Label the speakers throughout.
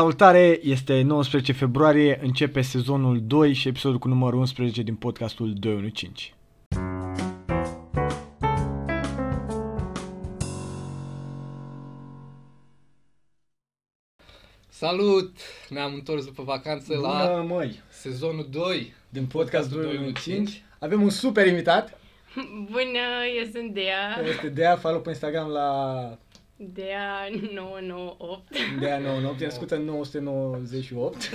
Speaker 1: Salutare, este 19 februarie, începe sezonul 2 și episodul cu numărul 11 din podcastul 215.
Speaker 2: Salut! Ne-am întors după vacanță la
Speaker 1: Bună, măi!
Speaker 2: sezonul 2.
Speaker 1: Din podcastul 215
Speaker 2: 215.
Speaker 1: avem un super invitat.
Speaker 3: Bună, eu sunt Dea,
Speaker 1: Este Dea, follow pe Instagram la
Speaker 3: Dea998.
Speaker 1: Dea99, e născută în 998,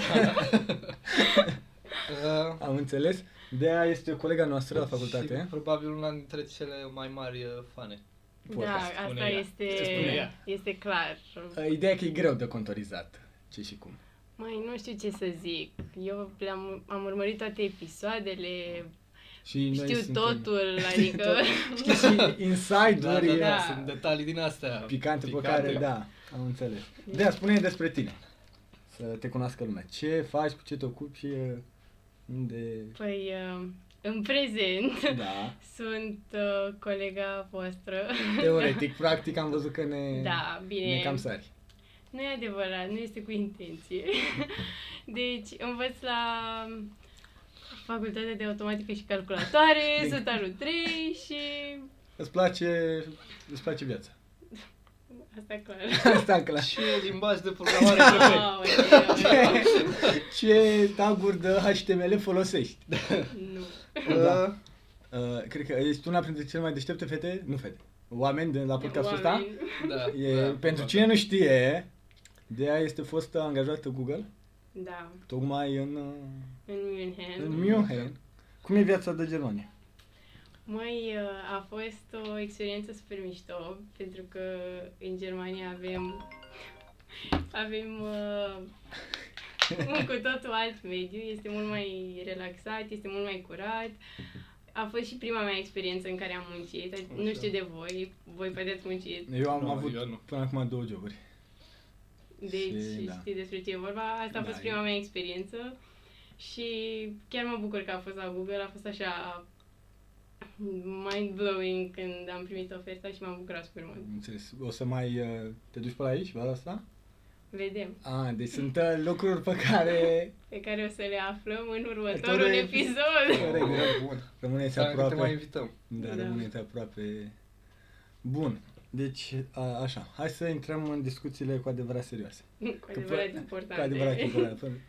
Speaker 2: Uh,
Speaker 1: am înțeles. Dea este colega noastră la
Speaker 2: Și
Speaker 1: facultate.
Speaker 2: probabil una dintre cele mai mari uh, fane.
Speaker 3: Da,
Speaker 1: Podcast. Uh,
Speaker 3: asta
Speaker 2: Spune ea.
Speaker 3: este,
Speaker 2: Ce spune ea?
Speaker 3: este clar.
Speaker 1: Ideea e că e greu de contorizat. Ce și cum.
Speaker 3: Mai nu știu ce să zic. Eu le-am, am urmărit toate episoadele,
Speaker 1: Și noi
Speaker 3: știu
Speaker 1: suntem-
Speaker 3: totul,
Speaker 1: Știi
Speaker 3: adică...
Speaker 1: tot. Știi și
Speaker 2: Da, da,
Speaker 1: insider-uri
Speaker 2: da,
Speaker 3: Da.
Speaker 2: sunt detalii din astea.
Speaker 1: picante pe care, da, am înțeles. Dea, spune despre tine. Să te cunoască lumea. Ce faci, cu ce te ocupi și uh, unde...
Speaker 3: Păi, uh, în prezent
Speaker 1: Da.
Speaker 3: sunt uh, colega voastră.
Speaker 1: Teoretic, practic am văzut că ne,
Speaker 3: Da, bine.
Speaker 1: ne cam sari.
Speaker 3: Nu e adevărat, nu este cu intenție. Deci, învăț la Facultatea de Automatică și Calculatoare,
Speaker 2: Exact.
Speaker 1: Bine.
Speaker 3: sunt anul 3 și
Speaker 1: Îți place, îți place viața.
Speaker 3: asta e clar.
Speaker 1: Asta încă la
Speaker 2: Și limbaj de programare
Speaker 3: Da.
Speaker 2: perfect.
Speaker 3: Aoleu,
Speaker 1: Ce taguri de HTML folosești?
Speaker 3: nu.
Speaker 1: Da. Uh, cred că ești una dintre cele mai deștepte fete, nu fete, oameni de la podcastul ăsta.
Speaker 3: Oameni.
Speaker 2: Da,
Speaker 1: E,
Speaker 2: da,
Speaker 1: pentru
Speaker 2: da.
Speaker 1: cine nu știe, Dea este fostă angajată Google,
Speaker 3: Da,
Speaker 1: tocmai în, uh,
Speaker 3: în München.
Speaker 1: în München. Cum e viața de Germania?
Speaker 3: Măi, uh, a fost o experiență super mișto, pentru că în Germania avem avem uh, un cu totul alt mediu, este mult mai relaxat, este mult mai curat. A fost și prima mea experiență în care am muncit, Ad- nu
Speaker 2: Așa.
Speaker 3: știu de voi, voi poate ați muncit,
Speaker 1: Eu am
Speaker 2: Nu,
Speaker 1: avut
Speaker 2: Da, eu nu.
Speaker 1: până acum două joburi.
Speaker 3: deci
Speaker 1: Și, da.
Speaker 3: știi despre ce e vorba. Asta a
Speaker 1: Da,
Speaker 3: fost
Speaker 1: e-
Speaker 3: prima mea experiență și chiar mă bucur că a fost la Google, a fost așa mind-blowing când am primit oferta și m-am bucurat super mult.
Speaker 1: Înțeles. O să mai uh, te duci pe la aici, vara asta?
Speaker 3: Vedem,
Speaker 1: Ah, deci sunt uh, lucruri pe care
Speaker 3: pe care o să le aflăm în
Speaker 1: Următorul
Speaker 3: următorul
Speaker 1: episod.
Speaker 3: episod.
Speaker 1: Corect, da.
Speaker 2: bun.
Speaker 1: rămâneți
Speaker 2: Să că te mai
Speaker 1: aproape.
Speaker 2: invităm.
Speaker 1: Da,
Speaker 3: Da.
Speaker 1: rămâneți aproape. Bun. Deci, a, așa, hai să intrăm în discuțiile cu adevărat serioase.
Speaker 3: Cu adevărat
Speaker 1: Că-
Speaker 3: important.
Speaker 1: Cu adevărat importante.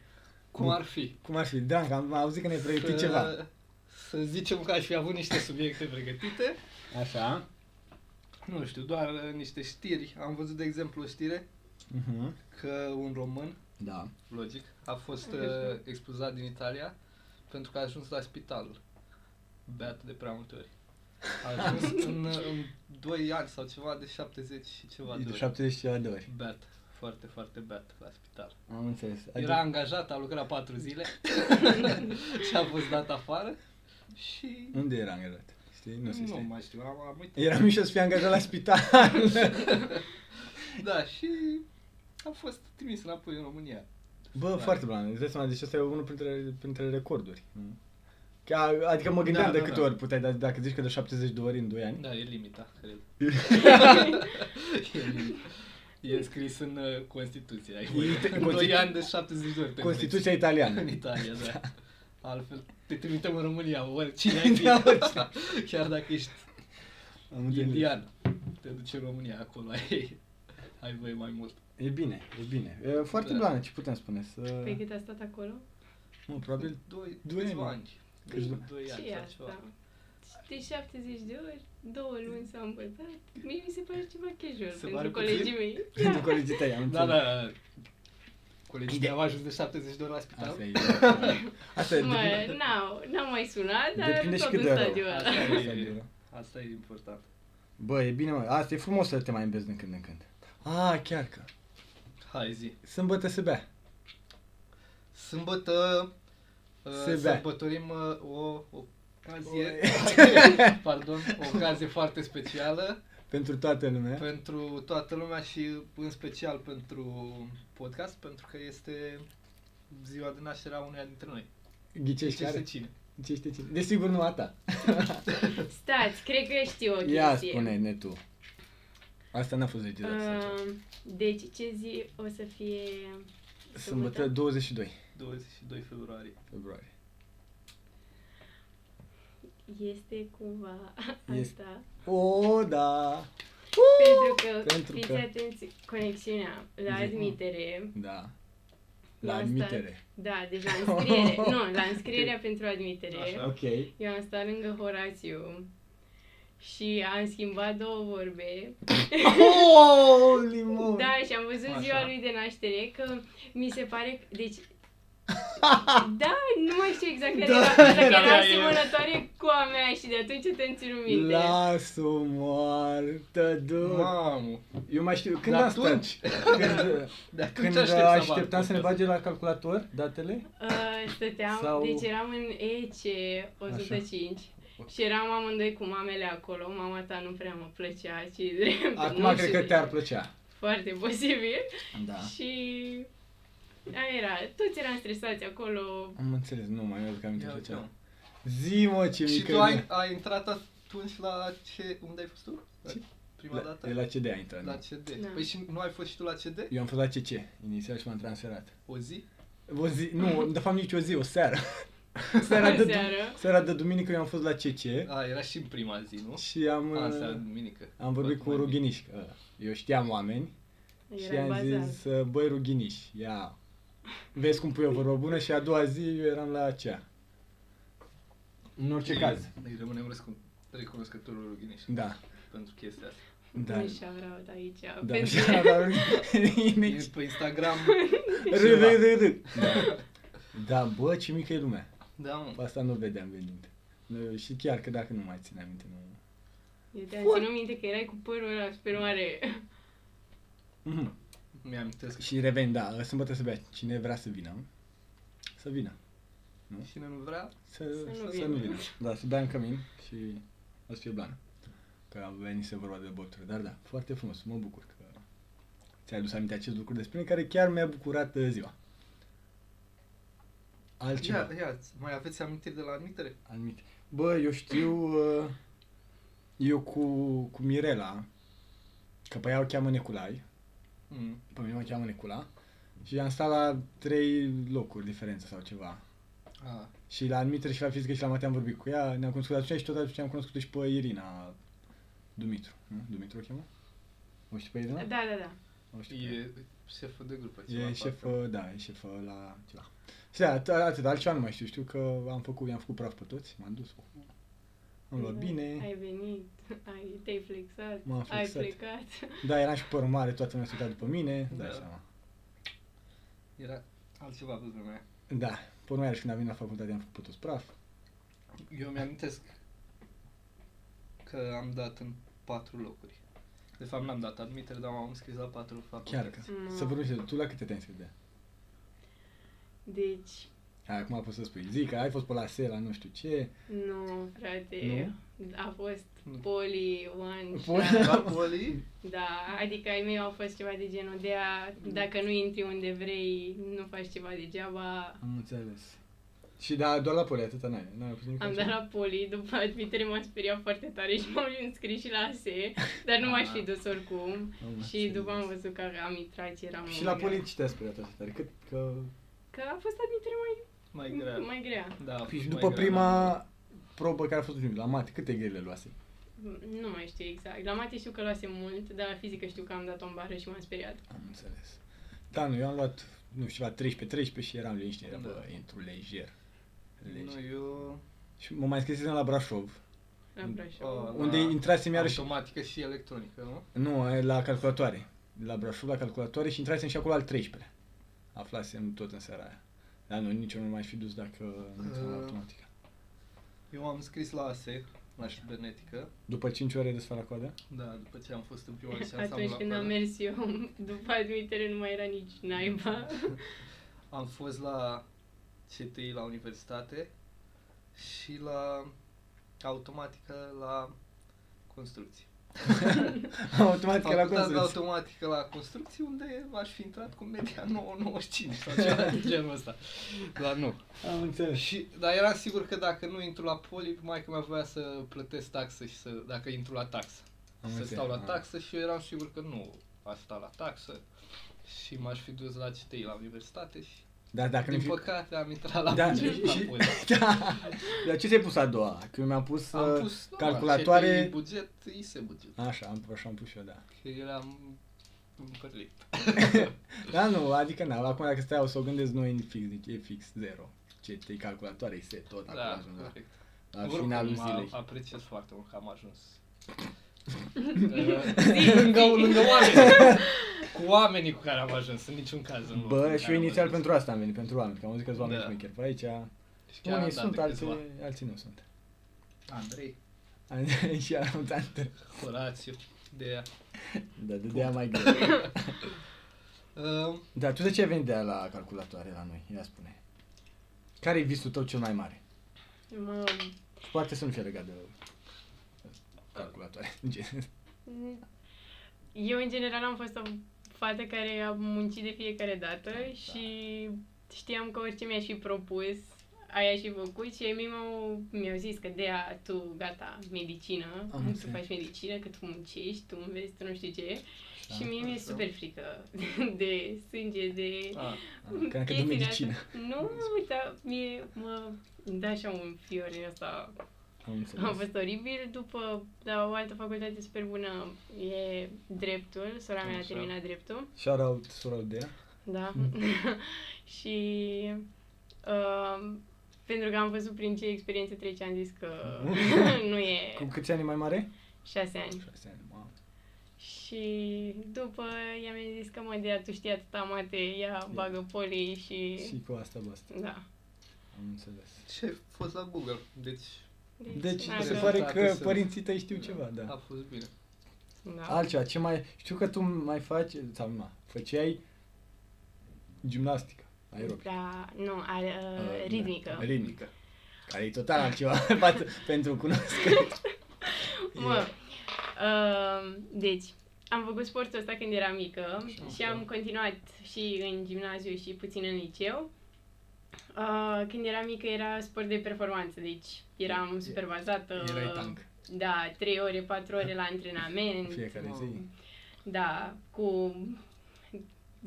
Speaker 2: Cum ar fi?
Speaker 1: Cum ar fi? Dan, că am auzit că ne-ai pregătit
Speaker 2: Să-
Speaker 1: ceva.
Speaker 2: Să zicem că aș fi avut niște subiecte pregătite.
Speaker 1: Așa.
Speaker 2: Nu știu, doar uh, niște știri. Am văzut, de exemplu, o știre
Speaker 1: Uh-huh.
Speaker 2: că un român
Speaker 1: Da.
Speaker 2: logic, a fost
Speaker 3: Așa.
Speaker 2: uh, expulzat din Italia pentru că a ajuns la spital. Beat de prea multe ori. A ajuns în, uh, în 2 ani sau ceva de 70 și ceva de
Speaker 1: E de
Speaker 2: ori.
Speaker 1: 70 ceva de ori.
Speaker 2: Beat. Foarte, foarte beat la spital.
Speaker 1: Am înțeles. Adică
Speaker 2: Era angajat, a lucrat 4 zile și a fost dat afară și...
Speaker 1: Unde era angajat? Știi? Nu se
Speaker 2: Nu,
Speaker 1: știe.
Speaker 2: mai știu, am, am uitat.
Speaker 1: Era mișto să fie angajat la spital.
Speaker 2: Da, și a fost trimis înapoi în România.
Speaker 1: Bă, foarte blană. Îți dai seama, deci asta e unul printre, printre recorduri. Ca, adică mă gândeam
Speaker 2: Da,
Speaker 1: de
Speaker 2: da,
Speaker 1: câte
Speaker 2: da.
Speaker 1: ori puteai, dar dacă zici că de 70 de ori în 2 ani.
Speaker 2: Da, e limita, cred. e, limita. e scris în uh, Constituție. Ai voie.
Speaker 1: Constitu-
Speaker 2: În 2 ani de 70 de ori. te
Speaker 1: Constituția
Speaker 2: îmbrăci.
Speaker 1: italiană.
Speaker 2: În Italia, da. Altfel, te trimitem în România, oricine ai fi,
Speaker 1: Da,
Speaker 2: chiar dacă ești
Speaker 1: Am înțeles.
Speaker 2: indian, te duci în România, acolo ai, ai voie mai mult.
Speaker 1: E bine, e bine. E foarte
Speaker 2: Da.
Speaker 1: blană, ce putem spune? Să...
Speaker 3: Pe Păi cât a stat acolo?
Speaker 1: Mă, probabil
Speaker 2: 2
Speaker 1: Doi ani.
Speaker 2: ani.
Speaker 1: Câți
Speaker 2: Deci
Speaker 1: doi?
Speaker 2: doi ani
Speaker 3: Ce e
Speaker 2: sau ceva.
Speaker 3: asta? De 70 de ori, două luni s-au îmbătat. Mie mi se pare ceva casual
Speaker 2: Se pare
Speaker 3: pentru
Speaker 2: puțin?
Speaker 3: colegii mei.
Speaker 1: pentru colegii tăi, am
Speaker 2: Da,
Speaker 1: înțeles.
Speaker 2: da, colegii mei au ajuns de 70 de ori la spital.
Speaker 1: Asta e. Asta e.
Speaker 3: Mă,
Speaker 1: depinde-
Speaker 3: n-au, n-am mai sunat, dar
Speaker 1: Depinde și
Speaker 3: tot
Speaker 1: cât
Speaker 3: în
Speaker 1: de rău.
Speaker 3: stadiul ăla.
Speaker 2: Asta
Speaker 1: Asta e
Speaker 2: e,
Speaker 1: bine.
Speaker 2: asta e important.
Speaker 1: Bă, e bine, mă. Asta e frumos să te mai înveți din când în când. A, chiar că.
Speaker 2: Hai zi.
Speaker 1: Sâmbătă se bea.
Speaker 2: Sâmbătă uh,
Speaker 1: Se bea.
Speaker 2: sărbătorim uh, o o ocazie, pardon, o ocazie foarte specială
Speaker 1: Pentru toată lumea.
Speaker 2: pentru toată lumea și în special pentru podcast, pentru că este ziua de naștere a uneia dintre noi.
Speaker 1: Ghicești
Speaker 2: Ce este
Speaker 1: care?
Speaker 2: cine?
Speaker 1: Ce știi cine? Desigur nu a ta.
Speaker 3: Stați, cred că știu o chestie.
Speaker 1: Ia spune-ne tu.
Speaker 3: Ă,
Speaker 1: Asta n-a fost regizat. sau ceva.
Speaker 3: Uh, deci, ce zi o să fie
Speaker 1: Sâmbătă 22
Speaker 2: 22 februarie.
Speaker 1: februarie.
Speaker 3: Este cumva
Speaker 1: Este.
Speaker 3: asta.
Speaker 1: O, da!
Speaker 3: Pentru că,
Speaker 1: Pentru
Speaker 3: fiți
Speaker 1: că-
Speaker 3: atenți, conexiunea la
Speaker 1: Zi.
Speaker 3: admitere.
Speaker 1: Da. La
Speaker 3: Eu am
Speaker 1: admitere.
Speaker 3: Stat, da, deci la înscriere. nu, la înscrierea pentru admitere.
Speaker 2: Așa.
Speaker 1: Ok.
Speaker 3: Eu am stat lângă Horațiu și am schimbat două vorbe.
Speaker 1: Oh, limon!
Speaker 3: Da, și am văzut
Speaker 2: Așa.
Speaker 3: ziua lui de naștere că mi se pare că, deci da, nu mai știu exact care
Speaker 1: Da,
Speaker 3: era, dar
Speaker 1: era
Speaker 3: era
Speaker 2: el.
Speaker 3: asemănătoare cu a mea și de atunci te-am ținut minte.
Speaker 1: Las-o moartă, du
Speaker 2: Mamă!
Speaker 1: Eu mai știu, când
Speaker 2: Dar
Speaker 1: am stat?
Speaker 2: atunci-
Speaker 1: Când,
Speaker 2: De atunci
Speaker 1: când
Speaker 2: aștept să
Speaker 1: așteptam
Speaker 2: vadă
Speaker 1: să ne
Speaker 2: podcastul.
Speaker 1: bage la calculator datele?
Speaker 3: Uh, stăteam,
Speaker 1: Sau-
Speaker 3: deci eram în EC 105 și eram amândoi cu mamele acolo, mama ta nu prea mă plăcea, ci drept, nu
Speaker 1: Acum cred
Speaker 3: știu
Speaker 1: că
Speaker 3: de
Speaker 1: te-ar
Speaker 3: ce.
Speaker 1: plăcea.
Speaker 3: Foarte posibil.
Speaker 1: Da.
Speaker 3: Și aia era, toți eram stresați acolo.
Speaker 1: Am înțeles, nu mai eu că am
Speaker 2: Ia
Speaker 1: te
Speaker 2: uite,
Speaker 1: plăcea.
Speaker 2: mă.
Speaker 1: Zi mă ce
Speaker 2: Și
Speaker 1: mică
Speaker 2: tu
Speaker 1: e.
Speaker 2: ai, ai intrat atunci la ce... Unde ai fost tu? La
Speaker 1: Ce?
Speaker 2: Prima
Speaker 1: la,
Speaker 2: dată?
Speaker 1: e la CD a intrat.
Speaker 2: La
Speaker 1: nu?
Speaker 2: CD.
Speaker 3: Da.
Speaker 2: Păi și nu ai fost și tu la CD?
Speaker 1: Eu am fost la CC inițial și m-am transferat.
Speaker 2: O zi?
Speaker 1: O zi, nu, de fapt nici o zi, o seară. seara, de,
Speaker 3: seară.
Speaker 1: seara de duminică eu am fost la CC
Speaker 2: A, era și în prima zi, nu?
Speaker 1: și am,
Speaker 2: A,
Speaker 1: uh,
Speaker 2: în seara de duminică.
Speaker 1: am vorbit
Speaker 2: Poate
Speaker 1: cu
Speaker 2: mai bine.
Speaker 1: Ruginiș. ăla. Eu știam oameni Și
Speaker 3: Era în
Speaker 1: am
Speaker 3: bazar.
Speaker 1: zis, uh, băi Ruginiș, ia, vezi cum pui o vorbă bună și a doua zi eu eram la aceea. În orice caz.
Speaker 2: Îi rămânem răscu- recunoscători lui Ruginiș
Speaker 1: Da.
Speaker 2: pentru chestia asta.
Speaker 1: Da.
Speaker 3: Un shout-out aici.
Speaker 1: Da,
Speaker 3: pentru-
Speaker 1: așa, la Ruginiș.
Speaker 2: E Pe Instagram.
Speaker 1: Râ, râ, râ, râ. Da. Da, bă, ce mică e lumea.
Speaker 2: Da, mă.
Speaker 1: Pe Asta nu o vedeam venind. Nu, Și chiar că dacă nu mai țin aminte, nu...
Speaker 3: Eu te-am ținut minte că erai cu părul ăla super mare.
Speaker 1: Mhm.
Speaker 2: Mi-am amintesc.
Speaker 1: Și reveni, da, sâmbătă să bea. Cine vrea să vină, să vină.
Speaker 2: Cine nu vrea,
Speaker 1: Să,
Speaker 3: Să nu
Speaker 1: să, să
Speaker 3: vină.
Speaker 1: nu vină. Da, să bea în cămin și o să fie blană. Că a venit să vorba de băutură. Dar da, foarte frumos, mă bucur că ți-ai adus aminte acest lucru despre mine, care chiar mi-a bucurat uh, ziua. Altceva,
Speaker 3: Da.
Speaker 2: Ia, ia, mai aveți amintiri de la admitere?
Speaker 1: anumite. Bă, eu știu, uh, eu cu, cu Mirela, că pe ea o cheamă Neculai,
Speaker 2: Mm.
Speaker 1: pe mine Păi, mă cheamă Necula, și am stat la trei locuri diferență sau ceva.
Speaker 2: A,
Speaker 1: Și la admitere și la fizică și la mate am vorbit cu ea, ne-am cunoscut atunci și tot atunci am cunoscut și pe Irina Dumitru. Nu? Dumitru o cheamă? O știi pe Irina?
Speaker 3: Da, da, da.
Speaker 1: O știi pe ea.
Speaker 2: e șeful de grupă. ceva
Speaker 1: E
Speaker 2: pe acolo.
Speaker 1: șefă, da, e șefă la ceva. Și da, at- atât, altceva nu mai știu, știu că am făcut, i-am făcut praf pe toți, m-am dus. Am luat bine,
Speaker 3: Da. Mm, Ai venit, ai, te-ai flexat,
Speaker 1: M-am
Speaker 3: ai
Speaker 1: flexat.
Speaker 3: plecat.
Speaker 1: da, eram și cu părul mare, toată lumea se uita după mine, da.
Speaker 2: Da.
Speaker 1: dai seama.
Speaker 2: Era altceva pe vremea aia.
Speaker 1: Da, pe urmă iarăși când am venit la facultate am făcut pe toți praf.
Speaker 2: Eu mi-amintesc că am dat în patru locuri. De fapt, n-am dat admitere, dar m-am scris la patru
Speaker 1: Chiar
Speaker 2: facultăți.
Speaker 1: că,
Speaker 3: Mm.
Speaker 1: să vorbim și de- tu la câte te-ai înscris de
Speaker 3: Deci,
Speaker 1: Hai, acum poți să spui, zic că ai fost pe la SE, la nu știu ce,
Speaker 3: nu, frate, a fost
Speaker 2: Nu.
Speaker 3: poli one
Speaker 1: Poli-
Speaker 3: shot.
Speaker 2: La poli,
Speaker 3: Da, adică ai mei au fost ceva de genul de a, dacă nu intri unde vrei, nu faci ceva degeaba.
Speaker 1: Am înțeles. Și da, doar la poli, atâta n-ai, n-ai putut nimic
Speaker 3: Am dat
Speaker 1: altceva.
Speaker 3: la poli, după admitere m-am speriat foarte tare și m-am înscris și la ASE, dar nu
Speaker 1: Ah.
Speaker 3: m-aș fi dus oricum.
Speaker 1: Am
Speaker 3: Și
Speaker 1: înțeles.
Speaker 3: după am văzut că am intrat și eram
Speaker 1: Și la
Speaker 3: mângă.
Speaker 1: poli ce te-a speriat așa tare? Cât că...
Speaker 3: Că a fost admitere mai,
Speaker 2: mai grea.
Speaker 3: mai grea.
Speaker 2: Da, a
Speaker 1: Păi
Speaker 2: fost
Speaker 1: și
Speaker 2: mai
Speaker 1: după
Speaker 2: grea,
Speaker 1: prima probă care a fost la mate, câte grele luase?
Speaker 3: Nu mai știu exact. La mate știu că luase mult, dar la fizică știu că am dat-o în bară și m-am speriat.
Speaker 1: Am înțeles. Da, nu, eu am luat, nu știu, la 13-13 și eram liniștit, era,
Speaker 2: Da.
Speaker 1: bă, intru lejer.
Speaker 2: da.
Speaker 1: lejer.
Speaker 2: Nu, eu...
Speaker 1: Și mă mai înscrisesem la Brașov,
Speaker 3: La Brașov.
Speaker 2: Oh,
Speaker 1: unde
Speaker 2: la
Speaker 1: intrasem iarăși,
Speaker 2: Automatică și electronică, nu?
Speaker 1: nu, la calculatoare. La Brașov, la calculatoare și intrasem și acolo al 13-lea. Aflasem tot în seara aia. Dar nu, nici eu nu m-aș fi dus dacă nu intram la
Speaker 2: Uh.
Speaker 1: automatică.
Speaker 2: Eu am scris la ASE, la cibernetică.
Speaker 1: După 5 ore de sfat la coadă?
Speaker 2: Da, după ce am fost în prima licență, am
Speaker 3: Atunci
Speaker 2: luat
Speaker 3: când am
Speaker 2: coadă.
Speaker 3: mers eu, după admitere nu mai era nici naiba.
Speaker 2: Am fost la CTI la universitate și la automatică la construcții.
Speaker 1: Automat că Adică la
Speaker 2: Facultatea de
Speaker 1: construcție.
Speaker 2: automatică la construcții unde aș fi intrat cu media 995 sau ceva de genul ăsta. Dar nu.
Speaker 1: Am înțeles.
Speaker 2: Și, dar eram sigur că dacă nu intru la poli, mai că mi voia să plătesc taxă și să, dacă intru la taxă.
Speaker 1: Am
Speaker 2: să
Speaker 1: înțeles, Ah.
Speaker 2: stau la
Speaker 1: am.
Speaker 2: taxă și eu eram sigur că nu aș sta la taxă. Și m-aș fi dus la CTI la universitate și
Speaker 1: Dar Da, dacă
Speaker 2: din
Speaker 1: nu fi...
Speaker 2: păcate am intrat la
Speaker 1: Da,
Speaker 2: buget
Speaker 1: și-
Speaker 2: la
Speaker 1: și-
Speaker 2: pula.
Speaker 1: da. Dar ce ți-ai pus a doua? Că eu mi-am pus,
Speaker 2: Am
Speaker 1: uh,
Speaker 2: pus normal,
Speaker 1: calculatoare-
Speaker 2: CTI buget, ISE buget.
Speaker 1: Așa, am, așa am pus și eu, da.
Speaker 2: Că eram împărlit.
Speaker 1: Da, nu, adică na, acum dacă stai o să o gândesc, nu e fix, nici e fix zero. Ce te calculatoare, se tot acolo
Speaker 2: Da,
Speaker 1: ajung la,
Speaker 2: corect.
Speaker 1: la
Speaker 2: Oricum,
Speaker 1: finalul
Speaker 2: mă
Speaker 1: zilei.
Speaker 2: apreciez foarte mult că am ajuns. Uh,
Speaker 3: Zi,
Speaker 2: lângă,
Speaker 3: zi.
Speaker 2: lângă oameni. Cu oamenii cu care am ajuns, în niciun caz. în locul
Speaker 1: Bă, și
Speaker 2: în care
Speaker 1: eu
Speaker 2: am
Speaker 1: inițial
Speaker 2: ajuns.
Speaker 1: pentru asta am venit, pentru oameni, că am zis că sunt oameni
Speaker 2: Da.
Speaker 1: șmecher. Pe aici,
Speaker 2: Și chiar
Speaker 1: unii
Speaker 2: am dat
Speaker 1: sunt,
Speaker 2: de
Speaker 1: alții,
Speaker 2: câțiva.
Speaker 1: alții nu sunt.
Speaker 2: Andrei,
Speaker 1: și am dat,
Speaker 2: Horațiu, de ea.
Speaker 1: da, de de mai greu.
Speaker 2: Uh,
Speaker 1: Dar tu de ce ai venit de aia la calculatoare la noi? Ia spune. Care e visul tău cel mai mare?
Speaker 3: Mă,
Speaker 1: Și poate să nu fie legat de calculatoare. în general.
Speaker 3: eu în general am fost o fată care a muncit de fiecare dată
Speaker 1: Da,
Speaker 3: și știam că orice mi-aș fi propus, aia și făcut și ei mei m-au, mi-au zis că Dea, tu gata, medicină,
Speaker 1: Am
Speaker 3: tu
Speaker 1: înțeles.
Speaker 3: faci medicină, că tu muncești, tu înveți, tu nu știu ce.
Speaker 1: Da,
Speaker 3: și mie mi-e
Speaker 2: așa.
Speaker 3: super frică de sânge, de
Speaker 2: a,
Speaker 1: Cred ah, că de
Speaker 3: chestiile
Speaker 1: medicină.
Speaker 3: astea. Nu, dar mie mă da așa un fior din ăsta.
Speaker 1: Am înțeles.
Speaker 3: A fost oribil. După, da, o altă facultate super bună e dreptul. Sora mea a
Speaker 2: Așa.
Speaker 3: terminat dreptul.
Speaker 1: Shout out, sora Dea.
Speaker 3: Da. și uh, pentru că am văzut prin ce experiențe trece, am zis că nu e
Speaker 1: Cu câți ani e mai mare?
Speaker 3: șase ani.
Speaker 1: 6 ani, mamă.
Speaker 3: Și după ea mi-a zis că mă dea, tu știi atâta mate, ea bagă poli și...
Speaker 1: Și cu asta basta.
Speaker 3: Da.
Speaker 1: Am înțeles.
Speaker 2: ce ai fost la Google, deci
Speaker 1: Deci
Speaker 3: na,
Speaker 1: se
Speaker 3: că-
Speaker 1: pare că
Speaker 2: Să-
Speaker 1: părinții tăi știu ceva,
Speaker 2: a
Speaker 1: da.
Speaker 2: fost bine.
Speaker 3: Da.
Speaker 1: Altceva, ce mai... Știu că tu mai faci, sau nu, făceai gimnastică, aerobic.
Speaker 3: Da, nu, a, uh,
Speaker 1: Uh,
Speaker 3: ritmică.
Speaker 1: da, Ritmică. Care e total altceva față pentru cunoscători.
Speaker 3: Mă, uh, deci, am făcut sportul ăsta când eram mică
Speaker 1: Așa. da.
Speaker 3: și am continuat și în gimnaziu și puțin în liceu. Uh, când eram mică era sport de performanță, deci eram super bazată.
Speaker 1: Erai tank.
Speaker 3: ă, Da, 3 ore, 4 ore la
Speaker 1: În
Speaker 3: antrenament.
Speaker 1: fiecare zi.
Speaker 3: Da, cu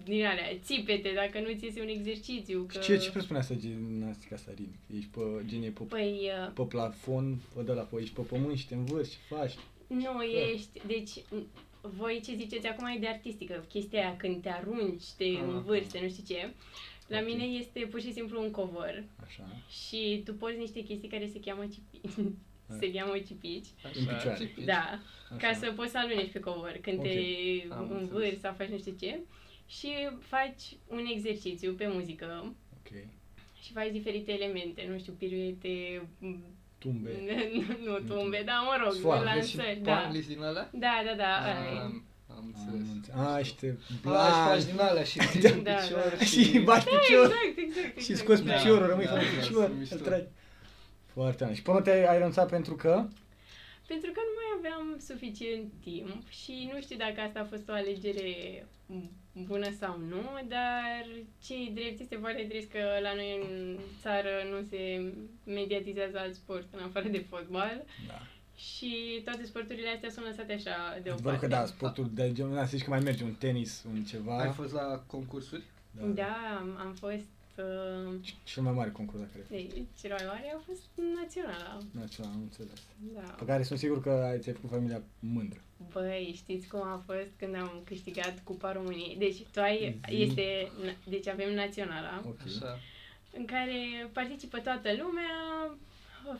Speaker 3: din alea, țipete, dacă nu ți iese un exercițiu. Că...
Speaker 1: Și ce, ce presupunea asta gimnastica asta ritmic? Ești pe genie pe,
Speaker 3: Păi, uh,
Speaker 1: pe plafon, pe de la pe, ești pe pământ și te învârți și faci.
Speaker 3: Nu ești, deci n- voi ce ziceți acum e de artistică, chestia aia când te arunci, te
Speaker 2: Ah.
Speaker 3: învârți, nu știu ce. La
Speaker 1: Ok.
Speaker 3: mine este pur și simplu un covor
Speaker 1: Așa.
Speaker 3: și tu porți niște chestii care se cheamă cipici.
Speaker 1: Ah.
Speaker 3: se cheamă cipici.
Speaker 1: În picioare.
Speaker 2: tipic.
Speaker 3: Da,
Speaker 1: așa.
Speaker 3: ca să poți să aluneci pe covor când te
Speaker 2: Am
Speaker 3: învârți
Speaker 2: înțeles.
Speaker 3: sau faci nu știu ce. Și faci un exercițiu pe muzică
Speaker 1: Ok.
Speaker 3: și faci diferite elemente, nu știu, piruete,
Speaker 1: Tumbe.
Speaker 3: nu tumbe, dar mă rog,
Speaker 1: Soarele și
Speaker 3: lansări, da.
Speaker 2: Panglici din alea?
Speaker 3: Da, da, da,
Speaker 2: Ah.
Speaker 3: ăla
Speaker 2: Am,
Speaker 3: e.
Speaker 2: am
Speaker 1: Am
Speaker 2: înțeles.
Speaker 1: înțe- A, și te
Speaker 2: Faci
Speaker 1: blanci
Speaker 2: din alea și ții în
Speaker 3: Da,
Speaker 2: picior
Speaker 3: da.
Speaker 1: și bași piciorul
Speaker 3: Exact, exact.
Speaker 1: și
Speaker 3: exact.
Speaker 1: scoți
Speaker 3: Da.
Speaker 1: piciorul, rămâi
Speaker 2: Da,
Speaker 1: fără
Speaker 2: da,
Speaker 1: picior,
Speaker 2: sunt mișto.
Speaker 1: îl tragi. Foarte tare. Și până te-ai ai renunțat pentru că?
Speaker 3: Pentru că nu mai aveam suficient timp și nu știu dacă asta a fost o alegere bună sau nu, dar cei drept este foarte trist că la noi în țară nu se mediatizează alt sport în afară de fotbal
Speaker 1: Da.
Speaker 3: și toate sporturile astea sunt lăsate așa
Speaker 1: Văd că
Speaker 3: deoparte.
Speaker 1: da, sportul de genul ăla, să zici că mai merge un tenis, un
Speaker 2: Ai
Speaker 1: ceva.
Speaker 2: fost la concursuri?
Speaker 3: Da, am- am fost... Uh,
Speaker 1: Ce- Cel mai mare concurs, dacă cred.
Speaker 3: deci, cel mai mare a fost naționala.
Speaker 1: Național, am înțeles.
Speaker 3: Da.
Speaker 1: Pe care sunt sigur că ai- ți-ai făcut familia mândră.
Speaker 3: Băi, știți cum a fost când am câștigat Cupa României? Deci, tu ai,
Speaker 1: Zi.
Speaker 3: este, deci avem naționala,
Speaker 1: Ok.
Speaker 2: Așa.
Speaker 3: în care participă toată lumea,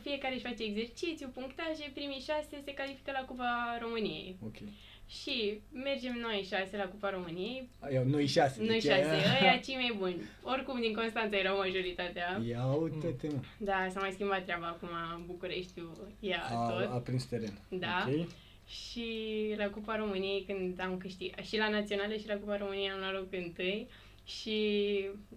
Speaker 3: fiecare își face exercițiu, punctaje, primii șase se califică la Cupa României.
Speaker 1: Ok.
Speaker 3: Și mergem noi șase la Cupa României,
Speaker 1: Ia, Noi șase.
Speaker 3: noi
Speaker 1: deci
Speaker 3: șase,
Speaker 1: aia-
Speaker 3: ăia cei mai buni. Oricum, din Constanța erau majoritatea.
Speaker 1: Ia uite-te, mă.
Speaker 3: Da, s-a mai schimbat treaba acum, Bucureștiul ia tot.
Speaker 1: A, a prins teren.
Speaker 3: Da.
Speaker 1: Ok.
Speaker 3: Și la Cupa României când am câștigat, și la Naționale și la Cupa României am luat loc întâi și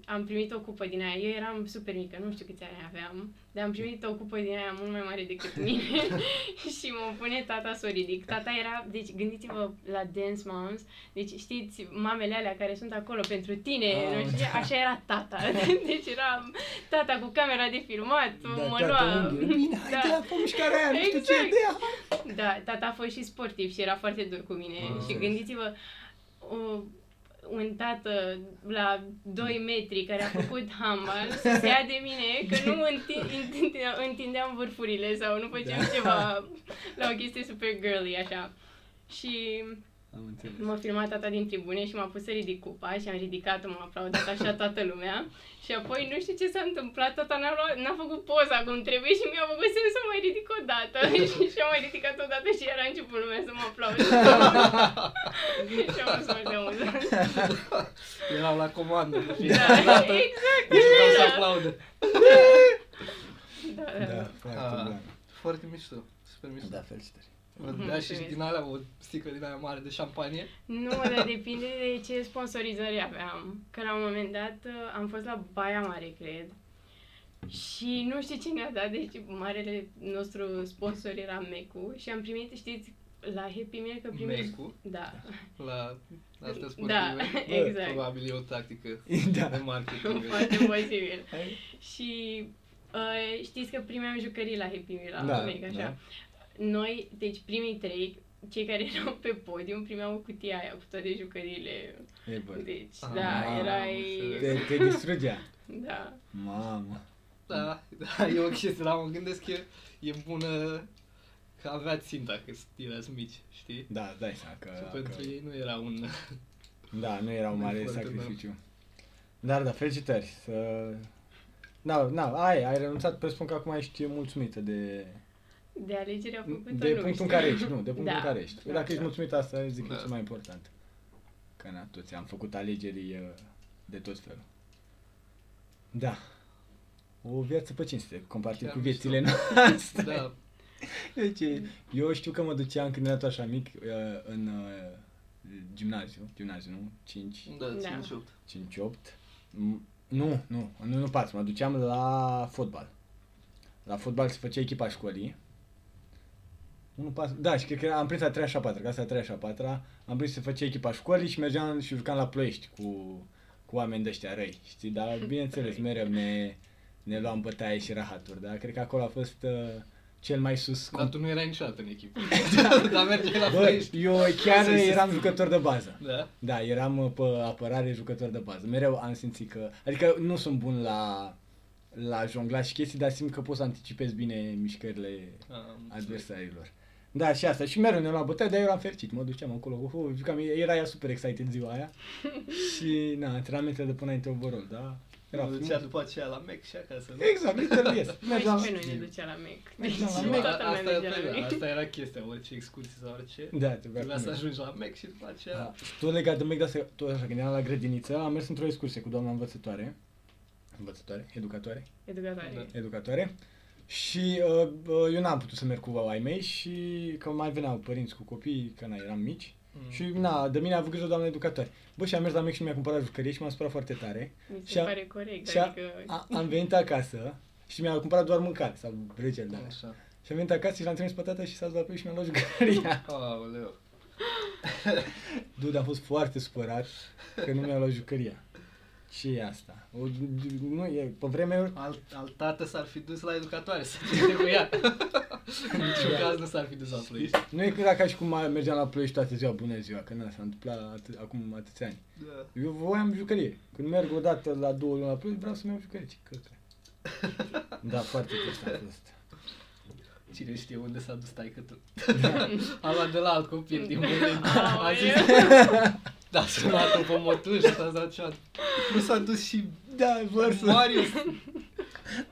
Speaker 3: am primit o cupă din aia. Eu eram super mică, nu știu câți ani aveam, dar am primit o cupă din aia mult mai mare decât mine și mă pune tata să o ridic. Tata era, deci gândiți-vă la Dance Moms, deci știți mamele alea care sunt acolo pentru tine,
Speaker 1: Ah,
Speaker 3: nu știu, ce, așa era tata. Deci era tata cu camera de filmat,
Speaker 1: Da,
Speaker 3: mă
Speaker 1: toată
Speaker 3: lua.
Speaker 1: unghiul. Bine, hai
Speaker 3: Da.
Speaker 1: da. la pe mișcarea aia, nu știu ce
Speaker 3: Exact.
Speaker 1: ideea.
Speaker 3: Da, tata a fost și sportiv și era foarte dur cu mine.
Speaker 1: Am
Speaker 3: și
Speaker 1: înțeles.
Speaker 3: gândiți-vă, o, un tată la 2 metri care a făcut handbal să se ia de mine că nu înti- întindeam, întindeam vârfurile sau nu făceam
Speaker 1: Da.
Speaker 3: ceva la o chestie super girly așa. Și
Speaker 1: Am înțeles.
Speaker 3: M-a filmat tata din tribune și m-a pus să ridic cupa și am ridicat-o, m-a aplaudat așa toată lumea și apoi nu știu ce s-a întâmplat, tata n-a, luat, n-a făcut poza cum trebuie și mi-a făcut semn să mai ridic o dată și și-a mai ridicat o dată și era început lumea să mă aplaude și am fost foarte amuzant.
Speaker 2: Erau la comandă de
Speaker 3: Da,
Speaker 2: fiecare dată.
Speaker 3: exact,
Speaker 2: Deci vreau să
Speaker 3: așa era.
Speaker 2: aplaude.
Speaker 3: Da, da.
Speaker 1: Da, foarte
Speaker 2: Ah.
Speaker 1: bun.
Speaker 2: Foarte mișto. Super mișto.
Speaker 1: Da, felicitări.
Speaker 2: Vă
Speaker 3: Mhm,
Speaker 2: dea și
Speaker 3: mulțumesc.
Speaker 2: din alea o sticlă din aia mare de șampanie.
Speaker 3: Nu, dar depinde de ce sponsorizări aveam. Că la un moment dat uh, am fost la Baia Mare, cred. Și nu știu ce ne-a dat, deci marele nostru sponsor era Mecu și am primit, știți, la Happy Meal că primești...
Speaker 2: Mecu.
Speaker 3: Da,
Speaker 2: La astea sportive.
Speaker 3: da, exact.
Speaker 2: Probabil e o tactică de
Speaker 1: Da.
Speaker 2: marketing.
Speaker 3: Foarte posibil.
Speaker 1: Hai.
Speaker 3: Și uh, știți că primeam jucării la Happy Meal, la
Speaker 1: Da,
Speaker 3: America, așa.
Speaker 1: da.
Speaker 3: Noi, deci primii trei, cei care erau pe podium primeau cutia aia cu toate jucăriile.
Speaker 1: E bun.
Speaker 3: Deci,
Speaker 2: Ah,
Speaker 3: da,
Speaker 1: am Te,
Speaker 3: erai...
Speaker 1: te distrugea.
Speaker 3: Da.
Speaker 1: Mamă.
Speaker 2: Da, da, e o chestie, dar mă gândesc că e bună că avea ținta că erați mici, știi?
Speaker 1: Da, îți dai seama că,
Speaker 2: Și
Speaker 1: că...
Speaker 2: pentru ei nu era un...
Speaker 1: Da, nu era un
Speaker 2: Nu-i
Speaker 1: mare
Speaker 2: foarte, da.
Speaker 1: sacrificiu. Dar da, felicitări. Să... Da, da, ai, ai renunțat, presupun că acum ești mulțumită de,
Speaker 3: De alegerea făcută
Speaker 1: de
Speaker 3: nu
Speaker 1: punctul
Speaker 3: știu.
Speaker 1: în care ești, nu, de punctul
Speaker 3: Da.
Speaker 1: în care ești.
Speaker 3: Da,
Speaker 1: Dacă ești
Speaker 3: da.
Speaker 1: mulțumită, asta zic că
Speaker 2: Da.
Speaker 1: e cel mai important. Că na, toți am făcut alegeri uh, de tot felul. Da. O viață pe cinste, comparativ
Speaker 2: Chiar
Speaker 1: cu
Speaker 2: mișto.
Speaker 1: viețile noastre.
Speaker 2: Da,
Speaker 1: Deci, eu știu că mă duceam când era tot așa mic uh, în uh, gimnaziu, gimnaziu, nu? 5,
Speaker 2: da,
Speaker 3: Da.
Speaker 2: țin și opt.
Speaker 1: 5-8. M- Mm, Nu, nu, nu, nu 4, mă duceam la fotbal. La fotbal se făcea echipa școlii. 1, 4, da, și cred că am prins a 3 și a 4, clasa a 3 și a 4 am prins să se făcea echipa școlii și mergeam și jucam la ploiești cu, cu oameni de ăștia răi, știi? Dar bineînțeles, mereu ne, ne luam bătaie și rahaturi, dar cred că acolo a fost uh, cel mai sus
Speaker 2: Dar
Speaker 1: cum
Speaker 2: tu nu erai niciodată în echipă. Dar mergeai la
Speaker 1: Bă,
Speaker 2: plăiești.
Speaker 1: eu chiar eram jucător de bază.
Speaker 2: Da,
Speaker 1: Da, eram uh, pe apărare jucător de bază. Mereu am simțit că... Adică nu sunt bun la, la jonglat și chestii, dar simt că pot să anticipez bine mișcările
Speaker 2: am înțeles.
Speaker 1: adversarilor. Da, și asta. Și mereu ne luam bătaie, dar eu eram fericit. Mă duceam acolo, uh, jucam, era ea super excited ziua aia. și, na, antrenamentele de până înainte overall, da? Era
Speaker 2: Mă ducea
Speaker 1: frumos.
Speaker 2: după aceea la Mac și acasă. nu?
Speaker 1: Exact, literally, yes.
Speaker 3: Păi
Speaker 1: Mergeam.
Speaker 3: și pe noi ne ducea la Mac. Deci
Speaker 1: Mergeam Păi, da, la Mac.
Speaker 2: Și a-
Speaker 3: toată lumea
Speaker 2: Asta,
Speaker 3: mergea la
Speaker 2: era,
Speaker 3: Mac.
Speaker 2: asta era chestia, orice excursie sau orice.
Speaker 1: Da, trebuia
Speaker 2: Trebuia
Speaker 1: cu
Speaker 2: să
Speaker 1: noi.
Speaker 2: ajungi la Mac și după aceea...
Speaker 1: Da. Tot legat de mega, tot așa, când eram la grădiniță, am mers într-o excursie cu doamna învățătoare. Învățătoare? Educatoare?
Speaker 3: Educatoare.
Speaker 2: Da.
Speaker 1: Educatoare. Și uh, uh, eu n-am putut să merg cu ai mei și că mai veneau părinți cu copii, că na, eram mici.
Speaker 2: Mm.
Speaker 1: Și na, de mine a avut grijă doamna educatoare. Bă, și am mers la mec și nu mi-a cumpărat jucărie și m-am supărat foarte tare.
Speaker 3: Mi
Speaker 1: Și
Speaker 3: se
Speaker 1: a-
Speaker 3: pare corect,
Speaker 1: și a-
Speaker 3: adică...
Speaker 1: A, am venit acasă și mi-a cumpărat doar mâncare sau regel de alea.
Speaker 2: Așa.
Speaker 1: Și am venit acasă și l-am trimis pe tata și s-a dus la pe și mi-a luat jucăria.
Speaker 2: Aoleu.
Speaker 1: Dude, am fost foarte supărat că nu mi-a luat jucăria. Ce e asta? O, nu, e, pe vremea
Speaker 2: Alt, alt tată s-ar fi dus la educatoare să certe cu ea. În
Speaker 1: Da.
Speaker 2: niciun caz nu s-ar fi dus la plăiești.
Speaker 1: Nu e clar ca și cum mergeam la ploiești toată ziua, bună ziua, că na, s-a întâmplat atât, acum atâția ani.
Speaker 2: Da.
Speaker 1: Eu voiam jucărie. Când merg o dată la două luni la ploiești, vreau să-mi iau jucărie. Ce căcă. Da, foarte trist a fost.
Speaker 2: Cine știe unde s-a dus taică tu. A luat de la alt copil din mâine. A
Speaker 3: Aoleu.
Speaker 2: zis, da, s-a luat pe motuș, s-a dat cea. Nu s-a dus și
Speaker 1: Da, vor să...
Speaker 2: Marius.